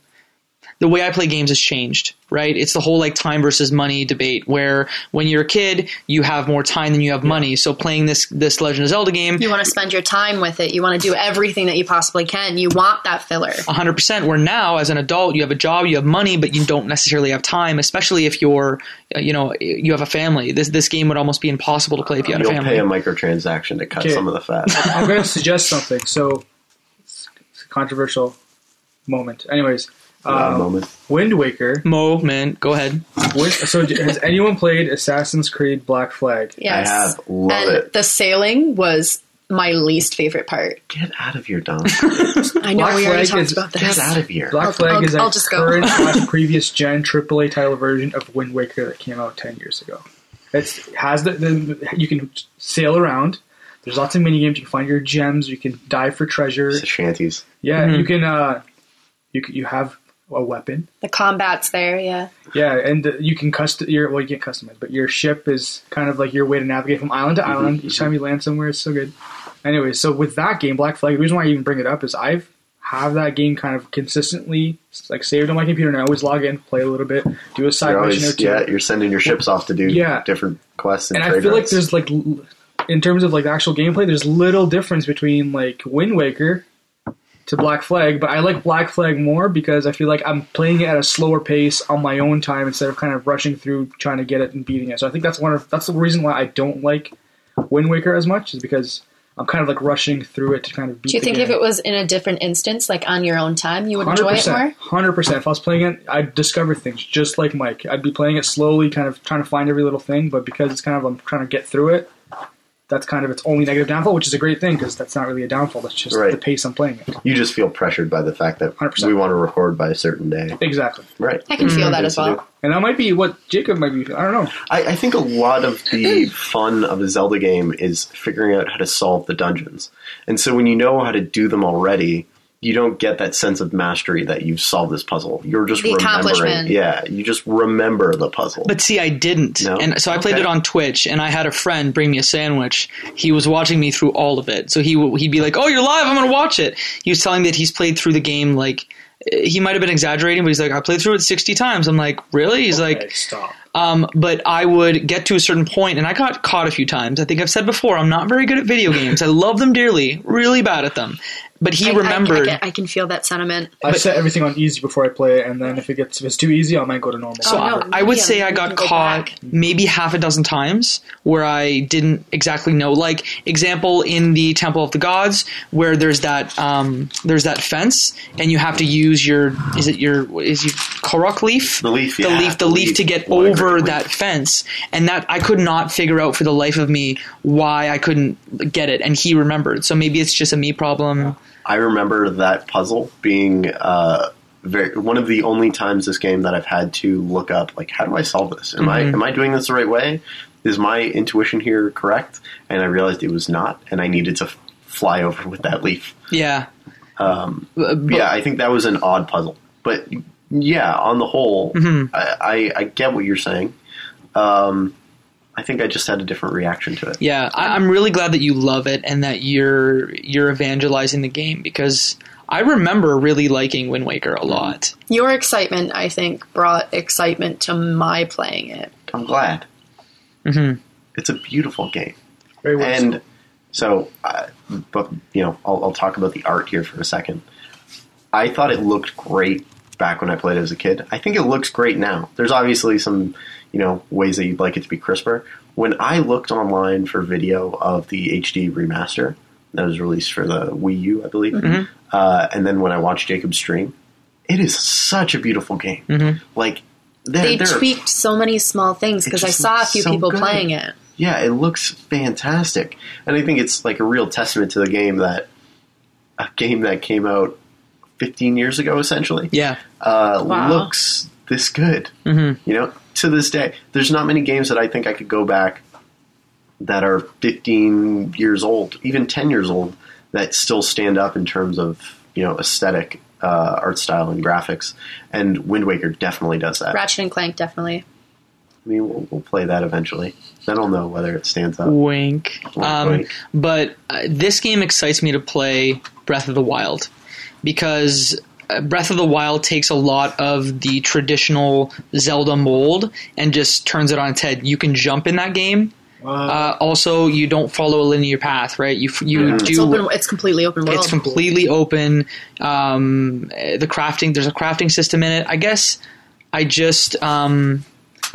[SPEAKER 6] The way I play games has changed, right? It's the whole like time versus money debate where when you're a kid, you have more time than you have money. So playing this this Legend of Zelda game,
[SPEAKER 3] You want to spend your time with it. You want to do everything that you possibly can. You want that filler.
[SPEAKER 6] 100% where now as an adult you have a job you have money but you don't necessarily have time especially if you're uh, you know you have a family this this game would almost be impossible to play if you had a
[SPEAKER 2] You'll
[SPEAKER 6] family
[SPEAKER 2] pay a microtransaction to cut
[SPEAKER 5] Okay.
[SPEAKER 2] some of the fat.
[SPEAKER 5] I'm gonna suggest something. So it's a controversial moment. Anyways,
[SPEAKER 2] Uh,
[SPEAKER 5] um,
[SPEAKER 2] moment.
[SPEAKER 5] Wind
[SPEAKER 3] Mm.
[SPEAKER 5] Waker.
[SPEAKER 6] moment go ahead
[SPEAKER 5] Wind, so d- has anyone played Assassin's Creed Black Flag?
[SPEAKER 3] Yes.
[SPEAKER 2] I have love
[SPEAKER 3] and
[SPEAKER 2] it.
[SPEAKER 3] the sailing was my least favorite part.
[SPEAKER 2] Get out of here, Don.
[SPEAKER 3] I know
[SPEAKER 5] Black
[SPEAKER 3] we already
[SPEAKER 5] Flag
[SPEAKER 3] talked
[SPEAKER 5] is-
[SPEAKER 3] about
[SPEAKER 2] Get
[SPEAKER 3] this.
[SPEAKER 2] out of here.
[SPEAKER 5] Black
[SPEAKER 3] I'll-
[SPEAKER 5] Flag
[SPEAKER 3] I'll-
[SPEAKER 5] is a
[SPEAKER 3] I'll just go.
[SPEAKER 5] current slash previous gen AAA title version of Wind Waker that came out ten years ago. It's has the, the you can sail around. There's lots of mini games. You can find your gems. You can dive for treasure.
[SPEAKER 2] It's the shanties.
[SPEAKER 5] Yeah,
[SPEAKER 3] Mm-hmm.
[SPEAKER 5] you can. Uh, you c- you have a weapon.
[SPEAKER 3] The combat's there, yeah.
[SPEAKER 5] Yeah, and the, you can custom your well, you can't customize, but your ship is kind of like your way to navigate from island to island. Each time you land somewhere, it's so good. Anyway, so with that game, Black Flag, the reason why I even bring it up is I've have that game kind of consistently like saved on my computer, and I always log in, play a little bit, do a side
[SPEAKER 2] You're
[SPEAKER 5] mission or
[SPEAKER 2] always,
[SPEAKER 5] two,
[SPEAKER 2] yeah, you're sending your ships off to do
[SPEAKER 5] Yeah.
[SPEAKER 2] different quests and,
[SPEAKER 5] and I
[SPEAKER 2] trade
[SPEAKER 5] feel like
[SPEAKER 2] routes.
[SPEAKER 5] there's like l- in terms of like the actual gameplay, there's little difference between like Wind Waker to Black Flag, but I like Black Flag more because I feel like I'm playing it at a slower pace on my own time instead of kind of rushing through trying to get it and beating it. So I think that's one of that's the reason why I don't like Wind Waker as much is because I'm kind of like rushing through it to kind of beat.
[SPEAKER 3] Do you
[SPEAKER 5] the
[SPEAKER 3] think
[SPEAKER 5] game.
[SPEAKER 3] if it was in a different instance, like on your own time, you would enjoy it more?
[SPEAKER 5] Hundred percent. If I was playing it, I'd discover things just like Mike. I'd be playing it slowly, kind of trying to find every little thing. But because it's kind of I'm trying to get through it, that's kind of its only negative downfall, which is a great thing because that's not really a downfall. That's just
[SPEAKER 2] Right.
[SPEAKER 5] the pace I'm playing it.
[SPEAKER 2] you just feel pressured by the fact that
[SPEAKER 5] 100%.
[SPEAKER 2] we want to record by a certain day. Mm-hmm.
[SPEAKER 5] Exactly.
[SPEAKER 2] Right.
[SPEAKER 3] I can feel that as
[SPEAKER 2] Things to do.
[SPEAKER 3] well.
[SPEAKER 5] And that might be what Jacob might be. I don't know.
[SPEAKER 2] I, I think a lot of the fun of a Zelda game is figuring out how to solve the dungeons. And so when you know how to do them already, you don't get that sense of mastery that you've solved this puzzle. You're just
[SPEAKER 3] The
[SPEAKER 2] remembering.
[SPEAKER 3] accomplishment.
[SPEAKER 2] Yeah, you just remember the puzzle.
[SPEAKER 6] But see, I didn't.
[SPEAKER 2] No?
[SPEAKER 6] And so I played
[SPEAKER 2] Okay.
[SPEAKER 6] it on Twitch, and I had a friend bring me a sandwich. He was watching me through all of it. So he w- he'd be like, "Oh, you're live! I'm gonna watch it." He was telling me that he's played through the game like eh, he might have been exaggerating, but he's like, "I played through it 60 times." I'm like, "Really?" He's like,
[SPEAKER 5] Okay, stop.
[SPEAKER 6] Um, but I would get to a certain point, and I got caught a few times. I think I've said before, I'm not very good at video games. I love them dearly, really bad at them. But he
[SPEAKER 3] I- I-
[SPEAKER 6] remembered.
[SPEAKER 3] I, can, I can feel that sentiment.
[SPEAKER 5] I set everything on easy before I play it, and then if it gets if it's too easy, I might go to normal.
[SPEAKER 3] So
[SPEAKER 6] I-
[SPEAKER 3] no,
[SPEAKER 6] I would
[SPEAKER 3] yeah,
[SPEAKER 6] say I
[SPEAKER 3] you
[SPEAKER 6] got
[SPEAKER 3] can go
[SPEAKER 6] caught
[SPEAKER 3] back.
[SPEAKER 6] maybe half a dozen times where I didn't exactly know. Like example in the Temple of the Gods, where there's that um, there's that fence, and you have to use your is it your is your korok leaf
[SPEAKER 2] The leaf,
[SPEAKER 6] the
[SPEAKER 2] yeah,
[SPEAKER 6] leaf the
[SPEAKER 2] the
[SPEAKER 6] leaf
[SPEAKER 2] leaf.
[SPEAKER 6] to get
[SPEAKER 2] What a great
[SPEAKER 6] over
[SPEAKER 2] leaf.
[SPEAKER 6] that fence, and that I could not figure out for the life of me why I couldn't get it, and he remembered. So maybe it's just a me problem.
[SPEAKER 2] I remember that puzzle being uh, very one of the only times this game that I've had to look up like how do I solve this? Am I am I doing this the right way? Is my intuition here correct? And I realized it was not, and I needed to f- fly over with that leaf.
[SPEAKER 6] Yeah. Um,
[SPEAKER 2] yeah, I think that was an odd puzzle, but yeah, on the whole, I, I, I get what you're saying. Um, I think I just had a different reaction to it.
[SPEAKER 6] Yeah, I, I'm really glad that you love it and that you're you're evangelizing the game because I remember really liking Wind Waker a lot.
[SPEAKER 3] Your excitement, I think, brought excitement to my playing it.
[SPEAKER 2] I'm glad. It's a beautiful game.
[SPEAKER 5] Very well.
[SPEAKER 2] and so, uh, but you know, I'll, I'll talk about the art here for a second. I thought it looked great back when I played it as a kid. I think it looks great now. There's obviously some, you know, ways that you'd like it to be crisper. When I looked online for video of the HD remaster, that was released for the Wii U, I believe. Uh, and then when I watched Jacob stream, it is such a beautiful game. Like they're,
[SPEAKER 3] They
[SPEAKER 2] they're-
[SPEAKER 3] tweaked so many small things because I
[SPEAKER 2] just
[SPEAKER 3] saw a
[SPEAKER 2] looks
[SPEAKER 3] few
[SPEAKER 2] so
[SPEAKER 3] people
[SPEAKER 2] good.
[SPEAKER 3] playing it.
[SPEAKER 2] yeah, it looks fantastic, and I think it's like a real testament to the game that a game that came out 15 years ago, essentially,
[SPEAKER 6] Yeah.
[SPEAKER 2] uh,
[SPEAKER 3] Wow.
[SPEAKER 2] looks this good. Mm-hmm. You know, to this day, there's not many games that I think I could go back that are 15 years old, even 10 years old, that still stand up in terms of you know aesthetic, uh, art style, and graphics. And Wind Waker definitely does that.
[SPEAKER 3] Ratchet and Clank definitely.
[SPEAKER 2] I mean, we'll, we'll play that eventually. I don't know whether it stands up.
[SPEAKER 6] Wink. Um,
[SPEAKER 2] wink.
[SPEAKER 6] But uh, this game excites me to play Breath of the Wild because uh, Breath of the Wild takes a lot of the traditional Zelda mold and just turns it on its head. You can jump in that game. Uh, also, you don't follow a linear path, right? You f- you do
[SPEAKER 3] It's open. It's completely open world.
[SPEAKER 6] it's completely open. Um, eh, the crafting there's a crafting system in it. I guess I just um,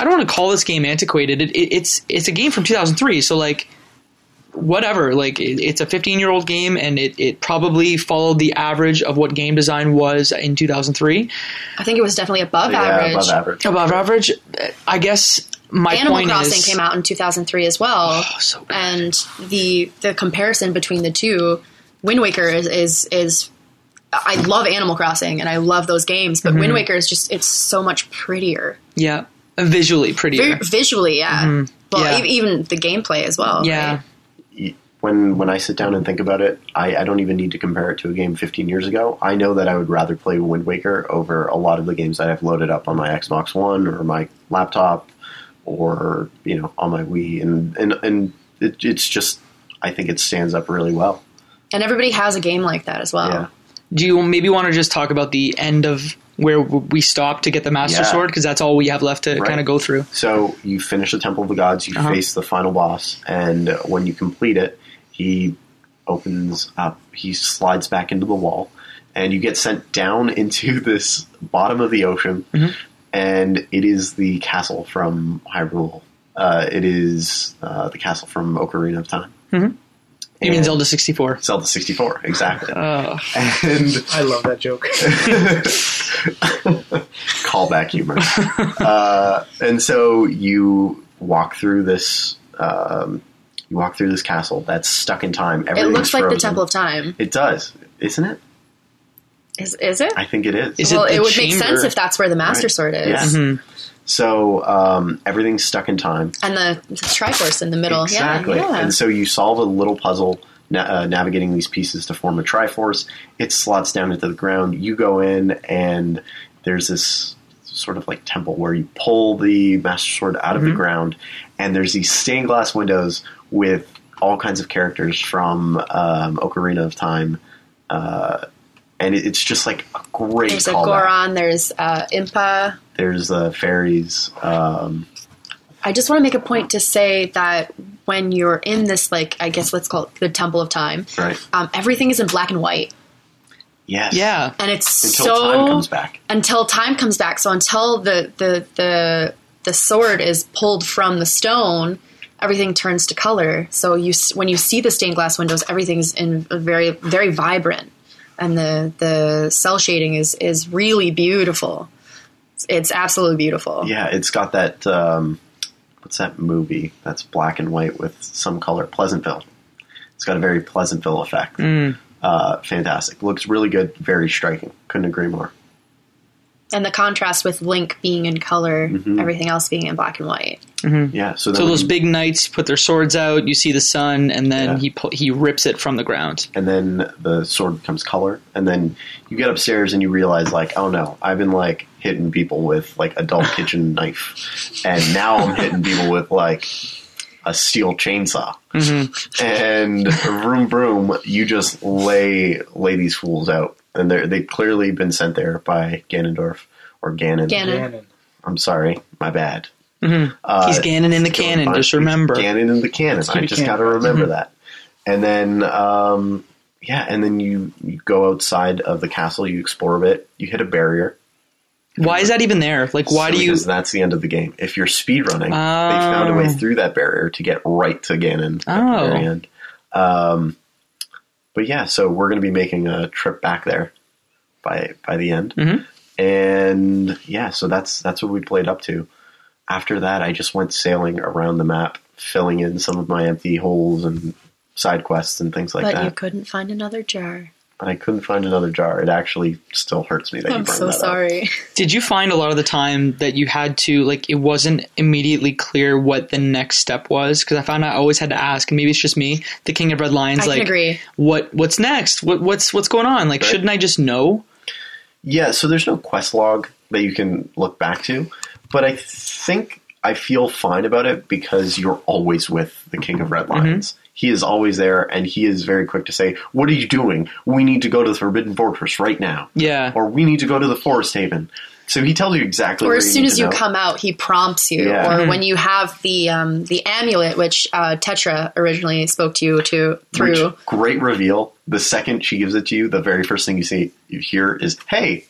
[SPEAKER 6] I don't want to call this game antiquated. It, it, it's it's a game from 2003, so like whatever. Like it, it's a 15 year old game, and it it probably followed the average of what game design was in 2003.
[SPEAKER 3] I think it was definitely above
[SPEAKER 2] Yeah,
[SPEAKER 3] average.
[SPEAKER 2] above average.
[SPEAKER 6] Above average, eh, I guess. My
[SPEAKER 3] Animal
[SPEAKER 6] point
[SPEAKER 3] Crossing
[SPEAKER 6] is,
[SPEAKER 3] came out in 2003 as well,
[SPEAKER 2] Oh,
[SPEAKER 6] so good.
[SPEAKER 3] and the the comparison between the two, Wind Waker is is, is I love Animal Crossing and I love those games, but
[SPEAKER 2] Mm-hmm.
[SPEAKER 3] Wind Waker is just it's so much prettier,
[SPEAKER 6] Yeah, visually prettier.
[SPEAKER 3] Very, visually, yeah.
[SPEAKER 2] Mm-hmm.
[SPEAKER 3] Well,
[SPEAKER 6] Yeah.
[SPEAKER 3] e- even the gameplay as well.
[SPEAKER 6] yeah.
[SPEAKER 3] right?
[SPEAKER 2] When when I sit down and think about it, I, I don't even need to compare it to a game 15 years ago. I know that I would rather play Wind Waker over a lot of the games that I've loaded up on my Xbox One or my laptop or you know on my Wii, and and and it, it's just I think it stands up really well. Um,
[SPEAKER 3] and everybody has a game like that as well.
[SPEAKER 2] Yeah.
[SPEAKER 6] do you maybe want to just talk about the end of where we stop to get the master
[SPEAKER 2] Yeah.
[SPEAKER 6] sword because that's all we have left to
[SPEAKER 2] Right.
[SPEAKER 6] kind of go through
[SPEAKER 2] So you finish the Temple of the Gods, you
[SPEAKER 6] Uh-huh.
[SPEAKER 2] face the final boss, and when you complete it, he opens up, he slides back into the wall, and you get sent down into this bottom of the ocean,
[SPEAKER 6] Mm-hmm.
[SPEAKER 2] and it is the castle from Hyrule. Uh, it is uh, the castle from Ocarina of Time.
[SPEAKER 6] Mm-hmm. you mean
[SPEAKER 2] And-
[SPEAKER 6] zelda 64
[SPEAKER 2] Zelda 64, exactly.
[SPEAKER 6] Ugh.
[SPEAKER 2] and
[SPEAKER 5] I love that joke.
[SPEAKER 2] callback humor. uh, and so you walk through this. Um, you walk through this castle that's stuck in time.
[SPEAKER 3] It
[SPEAKER 2] Everything's
[SPEAKER 3] looks like the
[SPEAKER 2] frozen.
[SPEAKER 3] Temple of Time.
[SPEAKER 2] It does, isn't it?
[SPEAKER 3] Is, is it?
[SPEAKER 2] I think it is.
[SPEAKER 6] Is
[SPEAKER 3] well,
[SPEAKER 6] it
[SPEAKER 3] it,
[SPEAKER 6] the
[SPEAKER 3] would make
[SPEAKER 6] chamber?
[SPEAKER 3] sense if that's where the Master
[SPEAKER 2] Right.
[SPEAKER 3] Sword is,
[SPEAKER 2] Yeah. So um, everything's stuck in time.
[SPEAKER 3] and the, the Triforce in the middle.
[SPEAKER 2] Exactly.
[SPEAKER 3] Yeah, yeah.
[SPEAKER 2] And so you solve a little puzzle na- uh, navigating these pieces to form a Triforce. It slots down into the ground. You go in, and there's this sort of like temple where you pull the Master Sword out
[SPEAKER 3] Mm-hmm.
[SPEAKER 2] of the ground, and there's these stained glass windows with all kinds of characters from um, Ocarina of Time. Uh, and it, it's just like a great
[SPEAKER 3] There's a
[SPEAKER 2] callback.
[SPEAKER 3] Goron. There's uh, Impa.
[SPEAKER 2] There's the fairies. Um,
[SPEAKER 3] I just want to make a point to say that when you're in this, like, I guess let's call it the Temple of Time,
[SPEAKER 2] right.
[SPEAKER 3] um, everything is in black and white.
[SPEAKER 2] Yes.
[SPEAKER 6] yeah
[SPEAKER 3] And it's
[SPEAKER 2] Until
[SPEAKER 3] so.
[SPEAKER 2] time comes back.
[SPEAKER 3] Until time comes back. So until the, the, the, the sword is pulled from the stone, everything turns to color. So you s- when you see the stained glass windows, everything's in a very, very vibrant. And the, the cell shading is, is really beautiful. It's, it's absolutely beautiful.
[SPEAKER 2] Yeah, it's got that. Um, what's that movie that's black and white with some color? Pleasantville. It's got a very Pleasantville effect. Uh, fantastic. Looks really good. Very striking. Couldn't agree more.
[SPEAKER 3] and the contrast with Link being in color, everything else being in black and white.
[SPEAKER 2] Yeah. So, then
[SPEAKER 6] so
[SPEAKER 2] when
[SPEAKER 6] those
[SPEAKER 2] you-
[SPEAKER 6] big knights put their swords out you see the sun and then
[SPEAKER 2] Yeah.
[SPEAKER 6] he pu- he rips it from the ground
[SPEAKER 2] and then the sword becomes color, and then you get upstairs and you realize, like, oh no, I've been like hitting people with like adult kitchen knife, and now I'm hitting people with like a steel chainsaw. and vroom vroom, you just lay lay these fools out, and they they've clearly been sent there by Ganondorf or Ganon.
[SPEAKER 3] Ganon.
[SPEAKER 5] Ganon.
[SPEAKER 2] I'm sorry, my bad.
[SPEAKER 6] he's ganon in the cannon
[SPEAKER 2] Fine.
[SPEAKER 6] just remember
[SPEAKER 2] Uh, Ganon in the cannon. I
[SPEAKER 5] be
[SPEAKER 2] just
[SPEAKER 5] canon.
[SPEAKER 2] got to remember
[SPEAKER 6] Mm-hmm.
[SPEAKER 2] that. And then, um, yeah, and then you, you go outside of the castle, you explore a bit, you hit a barrier.
[SPEAKER 6] why is that even there like why
[SPEAKER 2] So
[SPEAKER 6] do you
[SPEAKER 2] Because that's the end of the game. If you're speedrunning, they
[SPEAKER 3] Ah.
[SPEAKER 2] found a way through that barrier to get right to Ganon at
[SPEAKER 6] Oh.
[SPEAKER 2] the very end. Um, but yeah, so we're going to be making a trip back there by by the end,
[SPEAKER 3] Mm-hmm.
[SPEAKER 2] and yeah, so that's that's what we played up to. After that, I just went sailing around the map, filling in some of my empty holes and side quests and things like
[SPEAKER 3] but
[SPEAKER 2] that.
[SPEAKER 3] you couldn't find another jar.
[SPEAKER 2] But I couldn't find another jar. It actually still hurts me that you
[SPEAKER 3] I'm
[SPEAKER 2] burned
[SPEAKER 3] so
[SPEAKER 2] that up.
[SPEAKER 3] sorry.
[SPEAKER 6] Did you find a lot of the time that you had to like it wasn't immediately clear what the next step was? Because I found I always had to ask, and maybe it's just me, the king of red lions.
[SPEAKER 3] I can
[SPEAKER 6] like,
[SPEAKER 3] agree.
[SPEAKER 6] what what's next? What what's what's going on? Like,
[SPEAKER 2] Right.
[SPEAKER 6] shouldn't I just know?
[SPEAKER 2] Yeah, so there's no quest log that you can look back to, but I think I feel fine about it because you're always with the King of Red Lions. He is always there, and he is very quick to say, "What are you doing? We need to go to the Forbidden Fortress right now."
[SPEAKER 6] Yeah.
[SPEAKER 2] or we need to go to the Forest Haven. So he tells you exactly.
[SPEAKER 3] Or
[SPEAKER 2] where
[SPEAKER 3] as soon
[SPEAKER 2] need
[SPEAKER 3] as
[SPEAKER 2] to
[SPEAKER 3] you
[SPEAKER 2] know.
[SPEAKER 3] come out, he prompts you.
[SPEAKER 2] Yeah.
[SPEAKER 3] Or when you have the um, the amulet, which uh, Tetra originally spoke to you to through.
[SPEAKER 2] Which, great reveal. The second she gives it to you, the very first thing you see, you hear is, "Hey."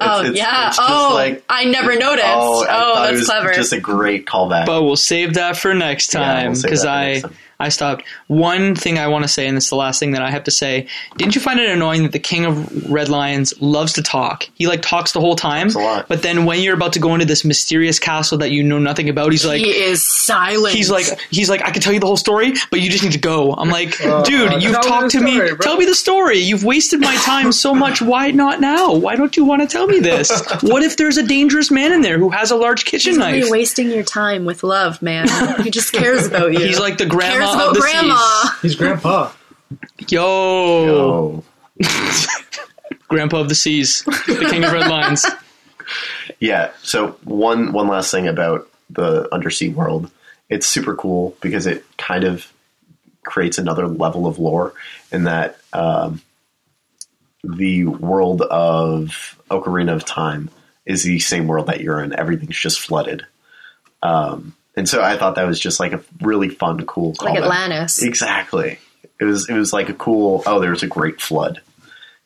[SPEAKER 2] It's-
[SPEAKER 3] oh
[SPEAKER 2] it's-
[SPEAKER 3] yeah.
[SPEAKER 2] it's just
[SPEAKER 3] oh,
[SPEAKER 2] like,
[SPEAKER 3] I never noticed.
[SPEAKER 2] oh,
[SPEAKER 3] Oh,
[SPEAKER 2] I thought it
[SPEAKER 3] that's
[SPEAKER 2] was
[SPEAKER 3] clever.
[SPEAKER 2] Just a great callback.
[SPEAKER 6] but we'll save that for next
[SPEAKER 2] Yeah,
[SPEAKER 6] time
[SPEAKER 2] we'll save
[SPEAKER 6] because
[SPEAKER 2] that for
[SPEAKER 6] I
[SPEAKER 2] next time.
[SPEAKER 6] I stopped. One thing I want to say, and this is the last thing that I have to say. Didn't you find it annoying that the king of red lions loves to talk? He like talks the whole time,
[SPEAKER 2] a lot.
[SPEAKER 6] but then when you're about to go into this mysterious castle that you know nothing about, he's like.
[SPEAKER 3] he is silent.
[SPEAKER 6] He's like, he's like, I can tell you the whole story, but you just need to go. I'm like, dude,
[SPEAKER 5] uh,
[SPEAKER 6] you've
[SPEAKER 5] tell me
[SPEAKER 6] talked
[SPEAKER 5] the
[SPEAKER 6] to me.
[SPEAKER 5] story, bro."
[SPEAKER 6] Tell me the story. You've wasted my time so much. Why not now? Why don't you want to tell me this? What if there's a dangerous man in there who has a large kitchen
[SPEAKER 3] He's
[SPEAKER 6] knife?
[SPEAKER 3] only wasting your time with love, man. he just cares about you.
[SPEAKER 6] He's like the grandma
[SPEAKER 3] cares about
[SPEAKER 6] of the
[SPEAKER 3] grandma.
[SPEAKER 5] He's grandpa.
[SPEAKER 6] seas. Yo,
[SPEAKER 2] oh.
[SPEAKER 6] grandpa of the seas, the king of red lines.
[SPEAKER 2] Yeah. So one one last thing about the undersea world. It's super cool because it kind of creates another level of lore in that um, the world of Ocarina of Time is the same world that you're in. Everything's just flooded. Um, and so I thought that was just like a really fun, cool
[SPEAKER 3] Like
[SPEAKER 2] callback.
[SPEAKER 3] Atlantis.
[SPEAKER 2] Exactly. It was it was like a cool. Oh, there was a great flood.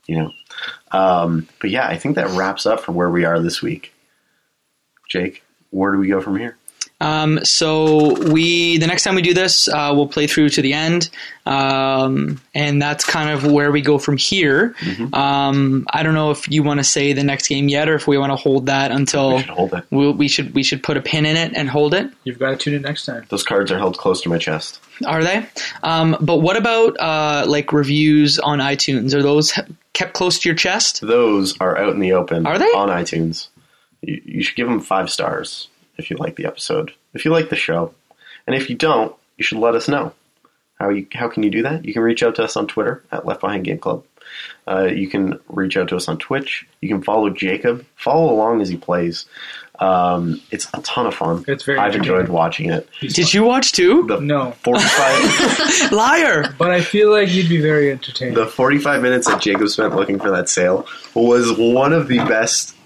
[SPEAKER 2] You know. Um, but yeah, I think that wraps up from where we are this week. Jake, where do we go from here?
[SPEAKER 6] Um, so we the next time we do this, uh, we'll play through to the end, um, and that's kind of where we go from here.
[SPEAKER 2] Mm-hmm.
[SPEAKER 6] Um, I don't know if you want to say the next game yet, or if we want to hold that until
[SPEAKER 2] We should hold it.
[SPEAKER 6] we'll, we should we should put a pin in it and hold it.
[SPEAKER 5] You've got to tune in next time.
[SPEAKER 2] Those cards are held close to my chest.
[SPEAKER 6] Are they? Um, but what about uh, like reviews on iTunes? Are those he- kept close to your chest?
[SPEAKER 2] Those are out in the open.
[SPEAKER 6] Are they?
[SPEAKER 2] on iTunes? You, you should give them five stars if you like the episode, if you like the show, and if you don't, you should let us know. How you how can you do that? You can reach out to us on Twitter at Left Behind Game Club. Uh, you can reach out to us on Twitch. You can follow Jacob. Follow along as he plays. Um, it's a ton of fun.
[SPEAKER 5] It's very
[SPEAKER 2] I've enjoyed
[SPEAKER 5] entertaining.
[SPEAKER 2] watching it.
[SPEAKER 6] Did you watch too?
[SPEAKER 2] The
[SPEAKER 5] No.
[SPEAKER 2] forty-five
[SPEAKER 6] Liar!
[SPEAKER 5] But I feel like you'd be very entertained.
[SPEAKER 2] the forty-five minutes that Jacob spent looking for that sale was one of the best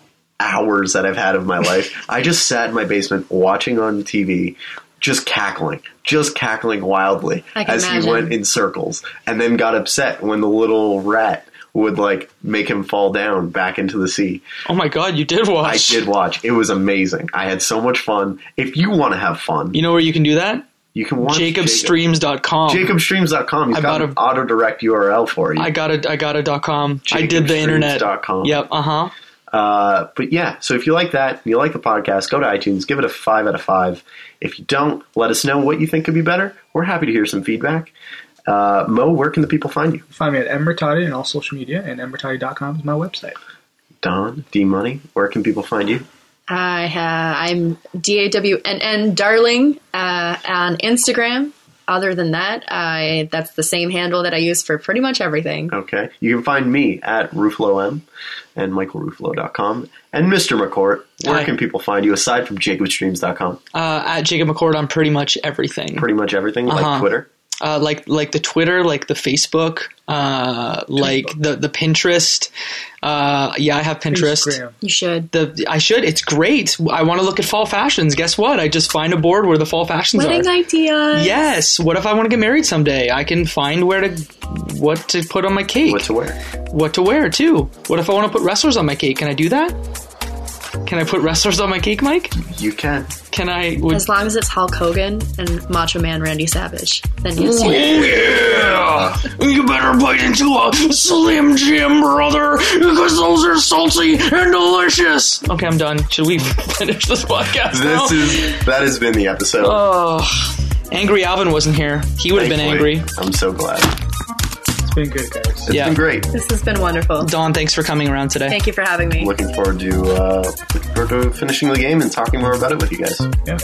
[SPEAKER 2] hours that I've had of my life. I just sat in my basement watching on TV, just cackling, just cackling wildly
[SPEAKER 3] I can
[SPEAKER 2] as he
[SPEAKER 3] imagine.
[SPEAKER 2] went in circles, and then got upset when the little rat would like make him fall down back into the sea.
[SPEAKER 6] Oh my god, you did
[SPEAKER 2] I
[SPEAKER 6] watch.
[SPEAKER 2] did watch. It was amazing. I had so much fun. If you want to have fun,
[SPEAKER 6] You know where you can do that?
[SPEAKER 2] you can watch Jacob.
[SPEAKER 6] JacobStreams.com.
[SPEAKER 2] JacobStreams.com. He's
[SPEAKER 6] I
[SPEAKER 2] got
[SPEAKER 6] bought
[SPEAKER 2] an
[SPEAKER 6] a-
[SPEAKER 2] auto direct URL for you.
[SPEAKER 6] I got a I got a dot com. I did the internet.
[SPEAKER 2] JacobStreams.com.
[SPEAKER 6] Yep. Uh huh.
[SPEAKER 2] Uh, but yeah, so if you like that and you like the podcast, go to iTunes, give it a five out of five. If you don't, let us know what you think could be better. We're happy to hear some feedback. Uh, Mo, where can the people find you?
[SPEAKER 5] Find me at Embertati on all social media, and embertati.com is my website.
[SPEAKER 2] Don D Money, where can people find you?
[SPEAKER 3] I ha- I'm D A W N N darling uh, on Instagram. Other than that, I that's the same handle that I use for pretty much everything.
[SPEAKER 2] Okay, you can find me at RufloM and MichaelRuflo.com and Mr. McCourt. Where
[SPEAKER 6] Hi.
[SPEAKER 2] can people find you aside from JacobStreams.com?
[SPEAKER 6] Uh, at Jacob McCord on pretty much everything,
[SPEAKER 2] Pretty much everything
[SPEAKER 6] Uh-huh.
[SPEAKER 2] like Twitter.
[SPEAKER 6] uh, like like the Twitter, like the Facebook, uh, like the the Pinterest. Uh, yeah, I have Pinterest.
[SPEAKER 5] Instagram.
[SPEAKER 3] You should.
[SPEAKER 6] The I should. It's great. I want to look at fall fashions. Guess what? I just find a board where the fall fashions are.
[SPEAKER 3] Wedding ideas.
[SPEAKER 6] Yes. What if I want to get married someday? I can find where to, what to put on my cake,
[SPEAKER 2] What to wear?
[SPEAKER 6] what to wear too. What if I want to put wrestlers on my cake? Can I do that? Can I put wrestlers on my cake, Mike?
[SPEAKER 2] You can.
[SPEAKER 6] Can I? Would,
[SPEAKER 3] As long as it's Hulk Hogan and Macho Man Randy Savage, then yes.
[SPEAKER 6] Oh, yeah! You better bite into a Slim Jim, brother, because those are salty and delicious. Okay, I'm done. Should we finish this podcast?
[SPEAKER 2] This
[SPEAKER 6] now?
[SPEAKER 2] is that has been the episode.
[SPEAKER 6] Oh, angry Alvin wasn't here. He would have been
[SPEAKER 2] Thankfully.
[SPEAKER 6] angry.
[SPEAKER 2] I'm so glad. It's
[SPEAKER 5] It's been good, guys.
[SPEAKER 6] Yeah.
[SPEAKER 2] been great.
[SPEAKER 3] This has been wonderful.
[SPEAKER 6] Don, thanks for coming around today.
[SPEAKER 3] Thank you for having me.
[SPEAKER 2] Looking forward to uh, looking forward to finishing the game and talking more about it with you guys.
[SPEAKER 5] Yeah.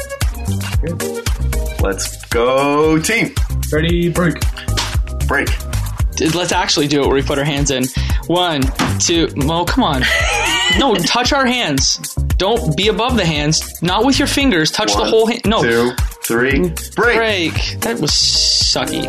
[SPEAKER 5] Good.
[SPEAKER 2] Let's go, team.
[SPEAKER 5] Ready, break.
[SPEAKER 2] Break.
[SPEAKER 6] Dude, Let's actually do it where we put our hands in. One, two. Oh, come on. no, touch our hands. Don't be above the hands. Not with your fingers. Touch the
[SPEAKER 2] One,
[SPEAKER 6] whole hand. No.
[SPEAKER 2] two, three. Break.
[SPEAKER 6] break. That was sucky.